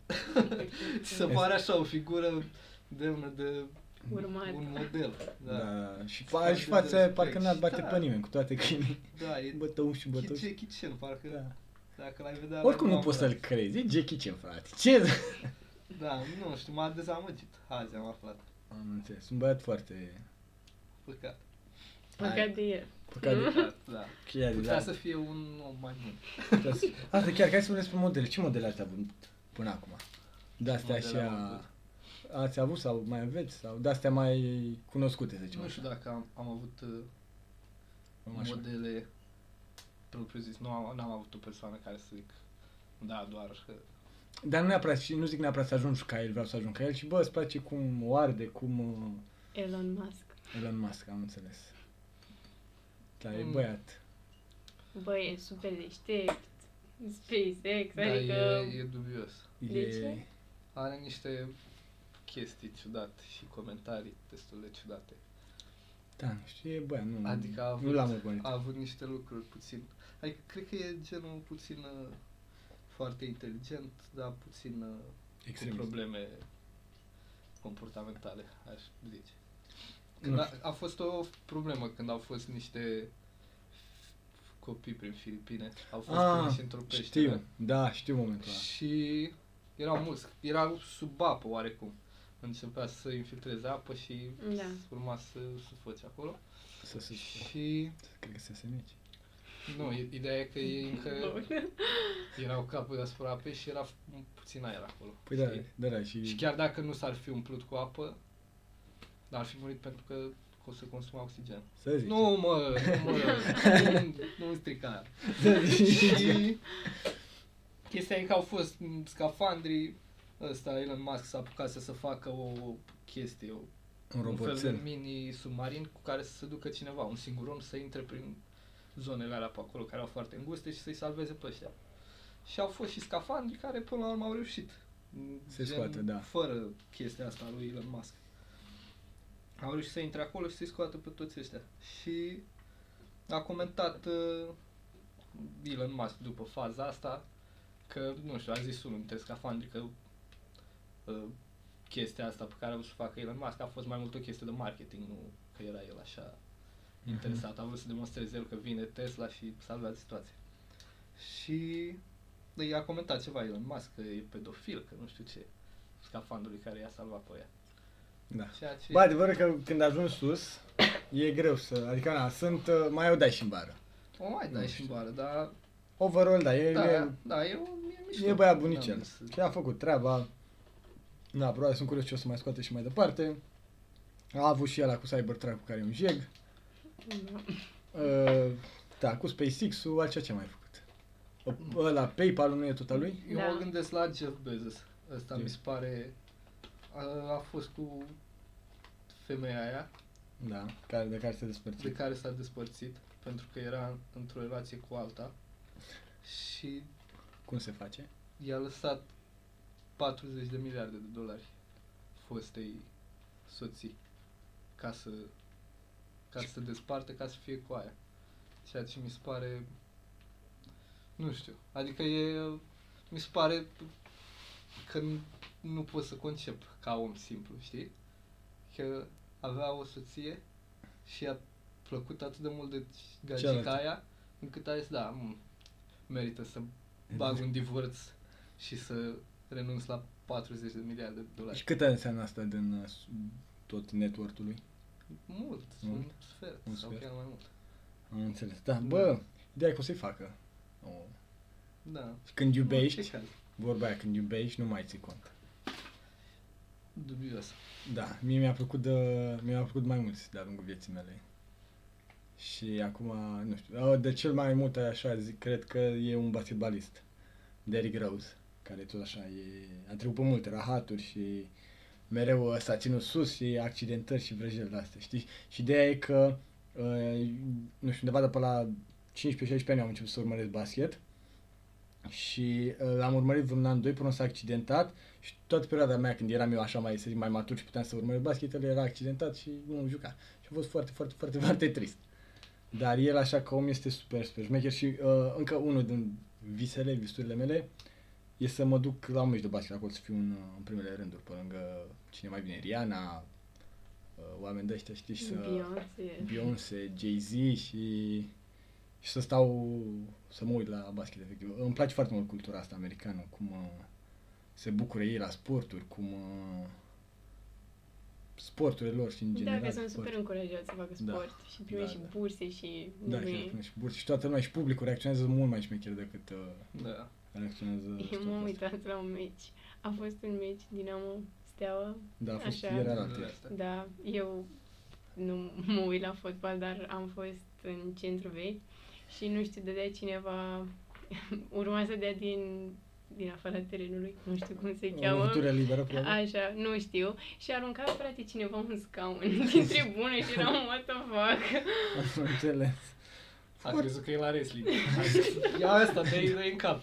Speaker 2: Ți se
Speaker 1: Este-
Speaker 2: pare așa o figură demnă de un
Speaker 3: Urmat.
Speaker 2: model. Da, da,
Speaker 1: Da. Și,
Speaker 2: Foarte
Speaker 1: fa- și fața aia
Speaker 2: respect.
Speaker 1: parcă n-ar bate
Speaker 2: Da.
Speaker 1: pe nimeni, cu toate că e
Speaker 2: e
Speaker 1: bătău și bătău.
Speaker 2: e Jackie Chan, parcă da.
Speaker 1: Da.
Speaker 2: dacă l-ai vedea...
Speaker 1: Oricum nu
Speaker 2: l-ai
Speaker 1: poți
Speaker 2: cunoaște.
Speaker 1: să-l crezi, e Jackie Chan, frate. Ce?
Speaker 2: Da, nu știu, m-a dezamăgit. Azi am aflat.
Speaker 1: Am înțeles, un băiat foarte...
Speaker 2: Păcat.
Speaker 3: Păcat de el.
Speaker 1: Păcat de...
Speaker 2: Păcat, da.
Speaker 1: Chiar,
Speaker 2: Putea
Speaker 1: da.
Speaker 2: să fie un om mai bun.
Speaker 1: Putea să- Asta Ah, chiar, hai să vorbim despre modele. Ce modele ați avut până acum? De astea
Speaker 2: Modele
Speaker 1: așa...
Speaker 2: am avut.
Speaker 1: Ați avut sau mai aveți? Sau de astea mai cunoscute, să zicem
Speaker 2: Deci, Nu știu
Speaker 1: așa.
Speaker 2: dacă am, am avut uh,
Speaker 1: Cam așa.
Speaker 2: modele propriu zis. Nu am, n-am avut o persoană care să zic da, doar uh,
Speaker 1: Dar nu neapărat, și nu zic neapărat să ajungi ca el, vreau să ajung ca el, ci bă, îți place cum o arde, cum uh,
Speaker 3: Elon Musk.
Speaker 1: Elon Musk, am înțeles. Dar e
Speaker 2: Mm.
Speaker 1: băiat.
Speaker 3: Băi, e super deștept. SpaceX,
Speaker 2: da,
Speaker 3: adică...
Speaker 2: e, e dubios.
Speaker 1: E...
Speaker 3: De ce?
Speaker 2: Are niște chestii ciudate și comentarii destul de ciudate.
Speaker 1: Da, nu știu, e băiat, nu,
Speaker 2: Adică a
Speaker 1: nu
Speaker 2: avut-
Speaker 1: l-am urmărit.
Speaker 2: A avut niște lucruri puțin... Adică cred că e genul puțin uh, foarte inteligent, dar puțin uh, cu
Speaker 1: Extremist.
Speaker 2: probleme comportamentale, aș zice.
Speaker 1: Nu
Speaker 2: Când a, a fost o problemă când au fost niște copii prin Filipine, au fost
Speaker 1: Ah,
Speaker 2: prinși într-o peșteră.
Speaker 1: Știu, da, știu momentul ăla.
Speaker 2: Și erau mulți, erau sub apă oarecum. Începea să infiltreze apă și
Speaker 3: Da.
Speaker 2: urma să sufoce acolo.
Speaker 1: Să se...
Speaker 2: Și
Speaker 1: Cred că să se nece.
Speaker 2: nu, i- ideea e că ei încă
Speaker 3: Bun.
Speaker 2: erau capul deasupra apei și era f- puțin aer acolo.
Speaker 1: Păi da,
Speaker 2: știi?
Speaker 1: da, da, și...
Speaker 2: Și chiar dacă nu s-ar fi umplut cu apă, ar fi murit pentru că o să consuma oxigen.
Speaker 1: Să zici.
Speaker 2: Nu mă, nu mă, nu, nu strica aia.
Speaker 1: Să zici.
Speaker 2: Și chestia e că au fost m, scafandrii, ăsta Elon Musk s-a apucat să, să facă o chestie, o,
Speaker 1: Un
Speaker 2: un fel de
Speaker 1: roboțel.
Speaker 2: mini-submarin cu care să se ducă cineva, un singur om să intre prin zonele alea pe acolo care au foarte înguste și să-i salveze pe ăștia. Și au fost și scafandri care până la urmă au reușit.
Speaker 1: Se scoate, da.
Speaker 2: Fără chestia asta lui Elon Musk. Au reușit să intre acolo și să-i scoată pe toți ăștia. Și a comentat uh, Elon Musk după faza asta că, nu știu, a zis unul dintre scafandri că uh, chestia asta pe care a vrut să o facă Elon Musk a fost mai mult o chestie de marketing, nu că era el așa interesat. A vrut să demonstreze el că vine Tesla și salvează situația. Și i-a comentat ceva Elon Musk, că e pedofil, că nu știu ce, scafandrului care i-a salvat pe ea.
Speaker 1: Da.
Speaker 2: Ceea ce...
Speaker 1: Bă, adevărul că când ajungi sus, e greu să... Adică, na, sunt... uh, Mai o dai și în bară.
Speaker 2: O mai
Speaker 1: Nu
Speaker 2: dai și în bară, dar...
Speaker 1: Overall, da, e,
Speaker 2: Da,
Speaker 1: e,
Speaker 2: da, da, e, un- e mișto. Da,
Speaker 1: e băiat
Speaker 2: N-am
Speaker 1: bunicel.
Speaker 2: zis.
Speaker 1: Și a făcut treaba. Da, probabil sunt curios ce o să mai scoate și mai departe. A avut și ăla cu Cybertruck cu care e un jeg. Uh, da, cu SpaceX-ul, altceva ce a mai făcut. O- Ăla, PayPal-ul nu e tot al lui?
Speaker 2: Eu
Speaker 3: Da.
Speaker 2: mă gândesc la Jeff Bezos. Ăsta mi
Speaker 1: Jeff.
Speaker 2: se pare... A, a fost cu femeia aia
Speaker 1: Da, care, de care se
Speaker 2: de
Speaker 1: despărțit.
Speaker 2: care s-a despărțit pentru că era într-o relație cu alta și
Speaker 1: Cum se face?
Speaker 2: i-a lăsat 40 de miliarde de dolari fostei soții ca să ca să se despartă, ca să fie cu aia. Ceea ce mi se pare nu știu. Adică e mi se pare că n- nu pot să concep ca om simplu, știi? Că avea o soție și a plăcut atât de mult de
Speaker 1: Cealaltă.
Speaker 2: gagica aia încât a zis, da, m- merită să bag un divorț și să renunț la 40 de miliarde de dolari.
Speaker 1: Și cât înseamnă asta din uh, s- tot network-ul lui?
Speaker 2: Mult,
Speaker 1: Deci Mult?
Speaker 2: un sfert,
Speaker 1: Un
Speaker 2: sau
Speaker 1: sfert.
Speaker 2: chiar mai mult.
Speaker 1: Am înțeles. Da, bă, ideea e că o să-i facă. Oh.
Speaker 2: Da.
Speaker 1: Când
Speaker 2: În
Speaker 1: iubești,
Speaker 2: orice caz,
Speaker 1: vorba aia, când iubești, nu mai ții cont.
Speaker 2: Dubios.
Speaker 1: Da, mie mi-a plăcut, de, mi-a plăcut mai mult de-a lungul vieții mele. Și acum, nu știu, uh, de cel mai mult așa zic, cred că e un basketbalist, Derrick Rose, care tot așa e, a trecut pe multe rahaturi și mereu uh, s-a ținut sus și accidentări și vrăjeli de astea, știi? Și ideea e că, uh, nu știu, undeva de pe la 15-16 ani am început să urmăresc basket și uh, am urmărit vreun an, doi, până s-a accidentat și toată perioada mea când eram eu așa mai, să zic, mai matur și puteam să urmăresc basket, el era accidentat și nu juca. Și a fost foarte, foarte, foarte, foarte trist. Dar el așa ca om este super, super șmecher și uh, încă unul din visele, visurile mele e să mă duc la un meci de basket acolo să fiu în, uh, în primele rânduri pe lângă cine mai bine, Rihanna, uh, oameni de ăștia, știi, și să...
Speaker 3: Beyoncé.
Speaker 1: Beyoncé, Jay-Z și, și să stau să mă uit la basket efectiv. Îmi place foarte mult cultura asta americană, cum uh, se bucură ei la sporturi, cum uh, sporturile lor și în general.
Speaker 3: Da, că sunt
Speaker 1: sport.
Speaker 3: super încurajați să facă
Speaker 1: Da.
Speaker 3: sport și primești
Speaker 1: Da,
Speaker 3: și
Speaker 1: da.
Speaker 3: burse și
Speaker 1: Da,
Speaker 3: nume.
Speaker 1: chiar până și burți. Și toată lumea și publicul reacționează mult mai șmecher decât uh,
Speaker 2: Da.
Speaker 1: reacționează.
Speaker 3: Eu
Speaker 1: statul
Speaker 3: m-am
Speaker 1: ăsta.
Speaker 3: uitat la un meci. A fost un meci Dinamo Steaua.
Speaker 1: Da, a fost
Speaker 3: Așa.
Speaker 1: ieri la
Speaker 2: Lucrurile
Speaker 1: tine.
Speaker 2: astea.
Speaker 3: Da, eu nu mă uit la fotbal, dar am fost în centru vechi și nu știu, dădea cineva, urma să dea din, din afara terenului, nu știu cum se
Speaker 1: O
Speaker 3: cheamă.
Speaker 1: lovitură liberă, probabil.
Speaker 3: Așa, nu știu. Și arunca, frate, cineva un scaun din tribună și eram, what the fuck?
Speaker 1: Am înțeles.
Speaker 2: A crezut că e la wrestling. A zis, Ia asta, de dă în cap.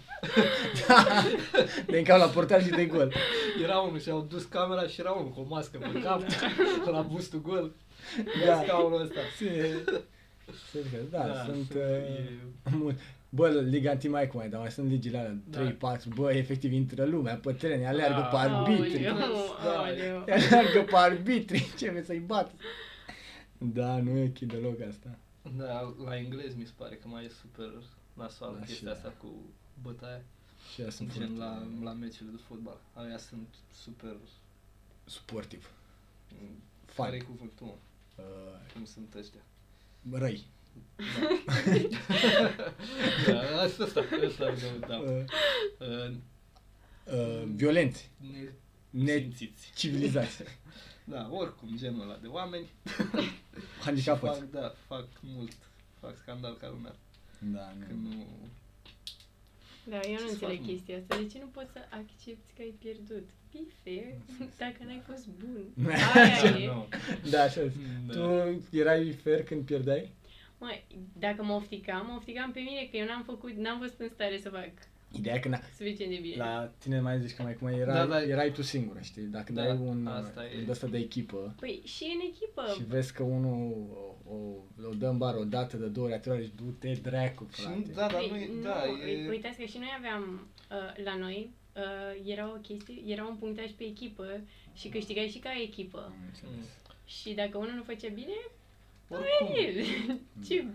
Speaker 1: De în cap la portar și de gol.
Speaker 2: Era unul și au dus camera și era unul cu o mască pe cap, la bustul gol.
Speaker 1: Da.
Speaker 2: Ia scaunul ăsta.
Speaker 1: Se... Serios, da, da, sunt... uh,
Speaker 2: e-
Speaker 1: Mult. Bă, Liga mai cum ai, dar mai sunt ligile alea,
Speaker 2: Da.
Speaker 1: 3-4, bă, efectiv intră lumea pe teren, aleargă pe
Speaker 2: Da.
Speaker 1: arbitri,
Speaker 3: Aoleu,
Speaker 2: Da.
Speaker 3: aoleu.
Speaker 1: aleargă pe arbitri, ce vrei să-i bat? Da, nu e ok deloc asta.
Speaker 2: Da, la englez mi se pare că mai e super nasoală
Speaker 1: Da, și
Speaker 2: chestia
Speaker 1: la-
Speaker 2: asta cu bătaia.
Speaker 1: Și ea sunt
Speaker 2: Sunt gen
Speaker 1: foarte Mm,
Speaker 2: la, la meciurile de fotbal. Alea sunt super...
Speaker 1: sportiv,
Speaker 2: Care e
Speaker 1: fan,
Speaker 2: cuvântul, mă?
Speaker 1: uh,
Speaker 2: Cum sunt ăștia?
Speaker 1: răi.
Speaker 2: Da, asta, asta, asta, da, da.
Speaker 1: Uh,
Speaker 2: Uh,
Speaker 1: uh, violenți,
Speaker 2: ne simțiți.
Speaker 1: necivilizați,
Speaker 2: Da, oricum, genul ăla de oameni.
Speaker 1: handicapați.
Speaker 2: Fac, da, fac mult. Fac scandal ca lumea.
Speaker 1: Da,
Speaker 2: Că
Speaker 1: nu.
Speaker 2: nu...
Speaker 3: Da, eu
Speaker 2: Ce
Speaker 3: nu
Speaker 2: să
Speaker 3: înțeleg
Speaker 2: fac, mă?
Speaker 3: chestia asta. De ce nu poți să accepti că ai pierdut? Be fair, dacă n-ai fost bun.
Speaker 1: Nu.
Speaker 3: Aia e.
Speaker 2: Nu.
Speaker 1: Da, așa zic.
Speaker 2: Da.
Speaker 1: Tu erai fair când pierdeai?
Speaker 3: Mă, dacă mă ofticam, mă ofticam pe mine că eu n-am făcut, n-am fost în stare să fac
Speaker 1: Ideea e că na,
Speaker 3: suficient de bine.
Speaker 1: la tine mai zici că mai cum era,
Speaker 2: Da,
Speaker 1: da,
Speaker 2: da.
Speaker 1: da. erai tu singură, știi? Dacă
Speaker 2: Da,
Speaker 1: dai un,
Speaker 2: asta e. Da.
Speaker 1: un de de echipă
Speaker 3: Păi și în echipă.
Speaker 1: și vezi că unul o, o, o dă în bar o dată, de două ori, atât zici, du-te dracu,
Speaker 2: Și,
Speaker 1: frate.
Speaker 2: da, dar
Speaker 3: Păi,
Speaker 2: nu, e- da,
Speaker 3: ui-
Speaker 2: e...
Speaker 3: Uitați că și noi aveam uh, la noi, uh, era o chestie, era un punctaj pe echipă și câștigai și ca echipă.
Speaker 1: Am
Speaker 2: Mm.
Speaker 1: înțeles.
Speaker 3: Și dacă unul nu făcea bine,
Speaker 2: Oricum,
Speaker 3: el.
Speaker 2: Hmm.
Speaker 3: Ce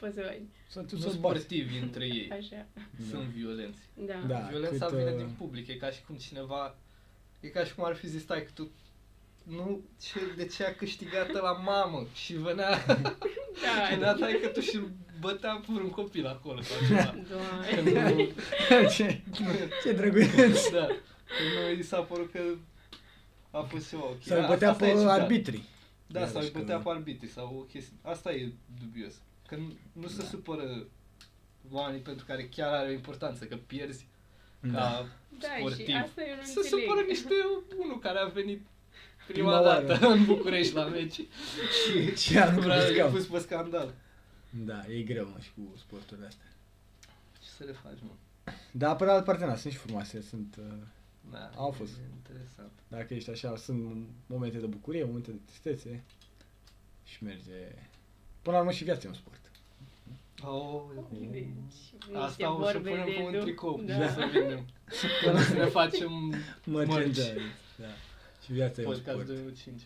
Speaker 3: poți să faci?
Speaker 1: Să tu
Speaker 2: sunt
Speaker 1: să-ți bați.
Speaker 2: sportivi între ei,
Speaker 3: Așa.
Speaker 2: sunt violenți.
Speaker 3: Da.
Speaker 1: Da.
Speaker 2: Violența
Speaker 1: cât,
Speaker 2: vine
Speaker 1: uh,
Speaker 2: din public, e ca și cum cineva... E ca și cum ar fi zis, stai, că tu nu, ce, de ce a câștigat la mamă? Și venea,
Speaker 3: Da,
Speaker 2: venea tai că tu și bătea pur un copil acolo sau ceva. Da, Că
Speaker 3: Doamne.
Speaker 2: nu,
Speaker 1: Ce,
Speaker 2: nu-
Speaker 1: ce drăguț.
Speaker 2: da, că nu i s-a părut că a fost ceva ok.
Speaker 1: Să-l
Speaker 2: Da,
Speaker 1: bătea
Speaker 2: asta
Speaker 1: pe
Speaker 2: e ciudat.
Speaker 1: arbitri.
Speaker 2: Da,
Speaker 1: Iarăși
Speaker 2: sau îi
Speaker 1: că-
Speaker 2: bătea pe arbitri sau o chestie. Asta e dubios. Că nu, nu se
Speaker 1: Da.
Speaker 2: supără oamenii pentru care chiar are o importanță, că pierzi
Speaker 1: Da.
Speaker 2: ca
Speaker 3: Da,
Speaker 2: sportiv.
Speaker 3: și asta eu nu
Speaker 2: Se
Speaker 3: înțeleg.
Speaker 2: supără niște unul care a venit prima,
Speaker 1: Prima oară.
Speaker 2: dată în București la meci și
Speaker 1: Și a
Speaker 2: vrea
Speaker 1: pus
Speaker 2: să
Speaker 1: cap.
Speaker 2: pus pe scandal.
Speaker 1: Da, e greu, mă, și cu sporturile astea.
Speaker 2: Ce să le faci, mă?
Speaker 1: Dar, pe de altă parte, na, sunt și frumoase, sunt... uh,
Speaker 2: Da,
Speaker 1: Au fost.
Speaker 2: e Interesant.
Speaker 1: Dacă ești așa, sunt momente de bucurie, momente de tristețe și merge... Până la urmă și viața e un sport.
Speaker 2: Aoleu.
Speaker 3: Deci, niște
Speaker 2: Asta o să
Speaker 3: vorbe
Speaker 2: punem
Speaker 3: de
Speaker 2: pe un
Speaker 3: duh.
Speaker 2: tricou
Speaker 3: Da.
Speaker 2: și să vindem. Până să ne facem
Speaker 1: Merchandise. Da. Și viața e un
Speaker 2: podcast
Speaker 1: sport.
Speaker 2: 2005.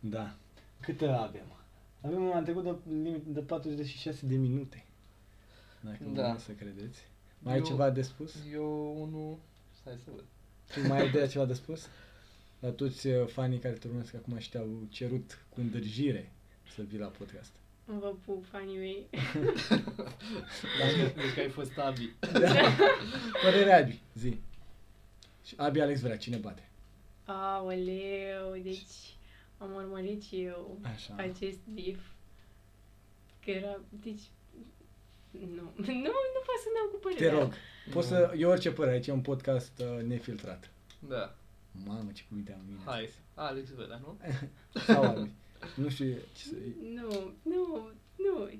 Speaker 1: Da. Câte avem? Avem am trecut de, limit- de 46 de minute. Dacă
Speaker 2: Da.
Speaker 1: da. nu să credeți. Mai ai
Speaker 2: Eu-
Speaker 1: ceva de spus?
Speaker 2: Eu unul... Stai să văd.
Speaker 1: Tu mai ai de ceva de spus? La toți uh, fanii care te urmăresc acum și te-au cerut cu îndârjire să vii la podcast.
Speaker 3: Vă pup, fanii mei.
Speaker 1: Dar,
Speaker 2: Deci că ai fost Abi.
Speaker 1: părerea Abi, zi. Și Abi Alex vrea, cine bate?
Speaker 3: Aoleu, deci am urmărit și eu
Speaker 1: Așa.
Speaker 3: acest bif. Că era, deci, nu, nu, nu pot să dau cu
Speaker 1: Te
Speaker 3: părerea.
Speaker 1: rog, poți să... E orice părere, aici e un podcast uh, nefiltrat.
Speaker 2: Da,
Speaker 1: Mamă, ce cuvinte am în mine.
Speaker 2: hai. Alex Vela, nu?
Speaker 1: Sau Abi. Nu știu ce să...
Speaker 3: Nu, nu, nu,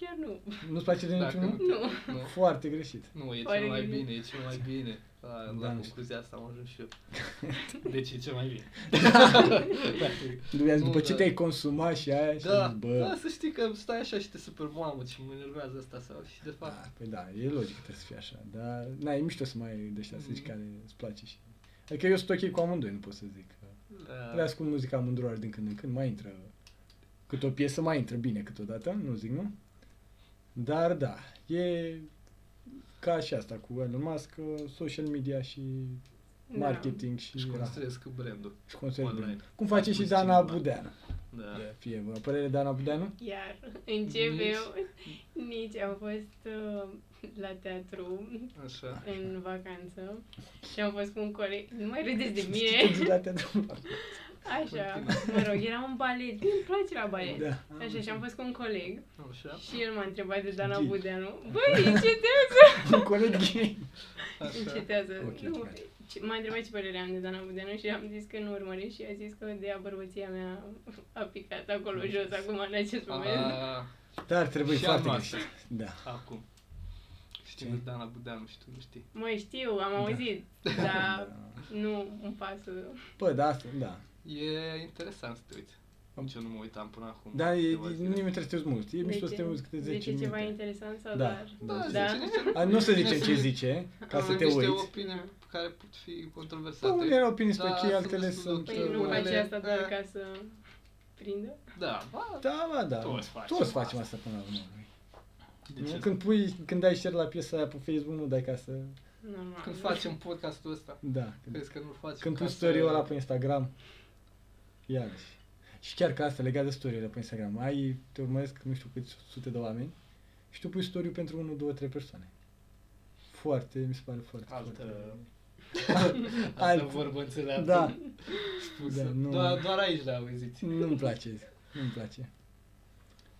Speaker 3: chiar nu,
Speaker 1: Nu-ți place de
Speaker 2: Dacă
Speaker 1: niciunul?
Speaker 2: nu,
Speaker 3: nu.
Speaker 2: nu.
Speaker 1: Foarte greșit.
Speaker 2: Nu, e
Speaker 3: Pare
Speaker 2: cel mai
Speaker 3: că-
Speaker 2: bine, e cel mai bine. La, la
Speaker 1: Da, nu știu.
Speaker 2: concluzia asta am ajuns și eu. Deci e cel mai bine.
Speaker 1: Da. Dumnezeu,
Speaker 2: Nu,
Speaker 1: după ce
Speaker 2: da.
Speaker 1: te-ai consumat și aia și
Speaker 2: Da,
Speaker 1: ai zis, bă,
Speaker 2: da, să știi că stai așa și te super mamă ce mă enervează asta sau și de fapt.
Speaker 1: da, păi da, e logic că trebuie să fie așa, dar na, e mișto să mai ai de ăștia, să zici
Speaker 2: Mhm.
Speaker 1: care îți place și... Adică eu sunt ok cu amândoi, nu pot să zic.
Speaker 2: Da.
Speaker 1: Le ascult muzica amândurora din când în când, mai intră, cât o piesă mai intră bine câteodată, nu zic nu. Dar da, e ca și asta cu Elon Musk, social media și
Speaker 3: Da.
Speaker 1: marketing și...
Speaker 2: Își
Speaker 1: da,
Speaker 2: construiesc brandul.
Speaker 1: și construiesc
Speaker 2: online.
Speaker 1: bine. Cum face și
Speaker 2: Puțin
Speaker 1: Dana
Speaker 2: online.
Speaker 1: Budeanu.
Speaker 2: Da.
Speaker 1: Fie bună părere, Dana Budeanu?
Speaker 3: Iar încep
Speaker 2: Nici-
Speaker 3: eu, nici am fost uh, la teatru
Speaker 2: Așa.
Speaker 3: în vacanță și am fost cu un coleg, nu mai râdeți de
Speaker 1: Știi
Speaker 3: mine,
Speaker 1: când date drumul?
Speaker 3: așa, mă rog, eram în balet, mi place la balet.
Speaker 1: Da.
Speaker 3: Așa, și am fost cu un coleg
Speaker 2: Așa.
Speaker 3: și el m-a întrebat de Dana
Speaker 1: Ghid.
Speaker 3: Budeanu. Băi, încetează!
Speaker 1: Un coleg gay.
Speaker 2: Așa.
Speaker 3: Încetează.
Speaker 1: Ok,
Speaker 3: Nu,
Speaker 1: hai.
Speaker 3: ce- m-a întrebat ce părere am de Dana Budeanu și am zis că nu urmăresc și a zis că de abărbăția mea a picat acolo jos acum în acest moment.
Speaker 2: A,
Speaker 1: Dar trebuie
Speaker 2: Și
Speaker 1: foarte
Speaker 2: al
Speaker 1: greșit. Da.
Speaker 2: acum. Știm
Speaker 1: Ce?
Speaker 2: de Dana Budeanu și tu nu știi.
Speaker 3: Mă știu,
Speaker 1: Da.
Speaker 3: am auzit, dar nu îmi pasă.
Speaker 1: Bă, da, asta, da.
Speaker 2: E interesant să te uiți. Nici eu nu mă uitam până acum.
Speaker 1: Dar Da, e,
Speaker 2: câteva
Speaker 1: e-
Speaker 2: zile.
Speaker 1: nu mi trebuie să te uzi mult. E mișto să te uzi câte
Speaker 3: de
Speaker 1: 10
Speaker 3: ce ceva
Speaker 1: minute.
Speaker 3: interesant sau
Speaker 1: Da.
Speaker 3: doar?
Speaker 2: Da,
Speaker 3: Da.
Speaker 2: zice niște
Speaker 1: A, nu o să zicem ce
Speaker 2: Niște-
Speaker 1: zice, ca să te
Speaker 2: niște
Speaker 1: uiți.
Speaker 2: opinii care pot fi
Speaker 1: Bă,
Speaker 2: controversate.
Speaker 1: unele opinii sunt
Speaker 2: Da,
Speaker 1: ok,
Speaker 2: sunt
Speaker 1: altele
Speaker 2: destul de
Speaker 1: sunt...
Speaker 2: ok.
Speaker 3: Păi nu
Speaker 1: uh,
Speaker 2: Unele-
Speaker 3: face asta doar
Speaker 2: da.
Speaker 3: ca să prindă?
Speaker 2: Da, ba,
Speaker 1: Da, ba, da.
Speaker 2: Toți facem
Speaker 1: Toți facem
Speaker 2: asta.
Speaker 1: asta până la urmă. băi.
Speaker 2: de ce?
Speaker 1: Nu? Când pui, când dai share la piesa aia pe Facebook, nu dai ca să...
Speaker 3: Normal.
Speaker 2: Când facem podcastul ăsta,
Speaker 1: Da.
Speaker 2: crezi că nu-l facem
Speaker 1: Când
Speaker 2: ca
Speaker 1: pui
Speaker 2: să-
Speaker 1: story-ul ăla pe Instagram, iarăși. Și chiar ca asta, legat de story pe Instagram, ai, te urmăresc, nu știu câți sute de oameni și tu pui story pentru 1, 2, 3 persoane. Foarte, mi se pare foarte,
Speaker 2: Altă...
Speaker 1: foarte.
Speaker 2: Altă
Speaker 1: Alt-
Speaker 2: vorbă înțeleaptă
Speaker 1: Da,
Speaker 2: spusă.
Speaker 1: da, nu.
Speaker 2: doar, doar aici le auziți.
Speaker 1: nu-mi place, nu-mi place.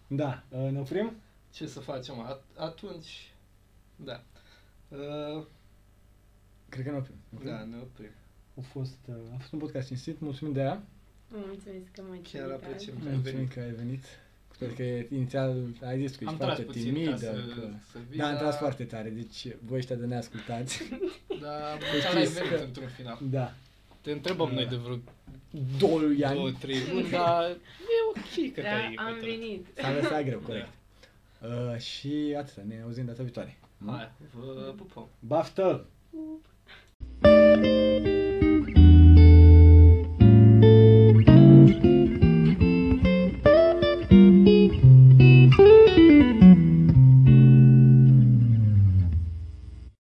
Speaker 1: Da, uh, ne oprim?
Speaker 2: Ce să facem? At- atunci, da. Uh,
Speaker 1: Cred că ne oprim. Ne oprim?
Speaker 2: da, ne oprim.
Speaker 1: A fost, uh, a fost un podcast cinstit, mulțumim de aia.
Speaker 3: Vă mulțumesc că m-ați
Speaker 2: Chiar
Speaker 3: invitat.
Speaker 2: apreciem că ai
Speaker 1: Mulțumim
Speaker 2: venit.
Speaker 1: că ai venit. Cu Cred că inițial ai zis că ești
Speaker 2: Am tras
Speaker 1: foarte
Speaker 2: puțin ca
Speaker 1: timidă.
Speaker 2: să,
Speaker 1: Că...
Speaker 2: să vii,
Speaker 1: Da, am
Speaker 2: dar-
Speaker 1: tras foarte tare, deci voi ăștia de neascultați.
Speaker 2: Dar
Speaker 1: știți
Speaker 2: măcar l-ai venit
Speaker 1: că-
Speaker 2: într-un final.
Speaker 1: da. Da.
Speaker 2: Te întrebăm noi de vreo
Speaker 1: Doi
Speaker 2: două,
Speaker 1: ani.
Speaker 2: trei Da. luni, dar e ok că
Speaker 3: Da,
Speaker 2: te-ai
Speaker 3: am
Speaker 2: hotărât.
Speaker 3: venit.
Speaker 1: S-a lăsat greu,
Speaker 2: Da.
Speaker 1: corect. Uh, și atâta, ne auzim 嗯 data viitoare.
Speaker 4: Hai, vă pupăm.
Speaker 1: Baftă!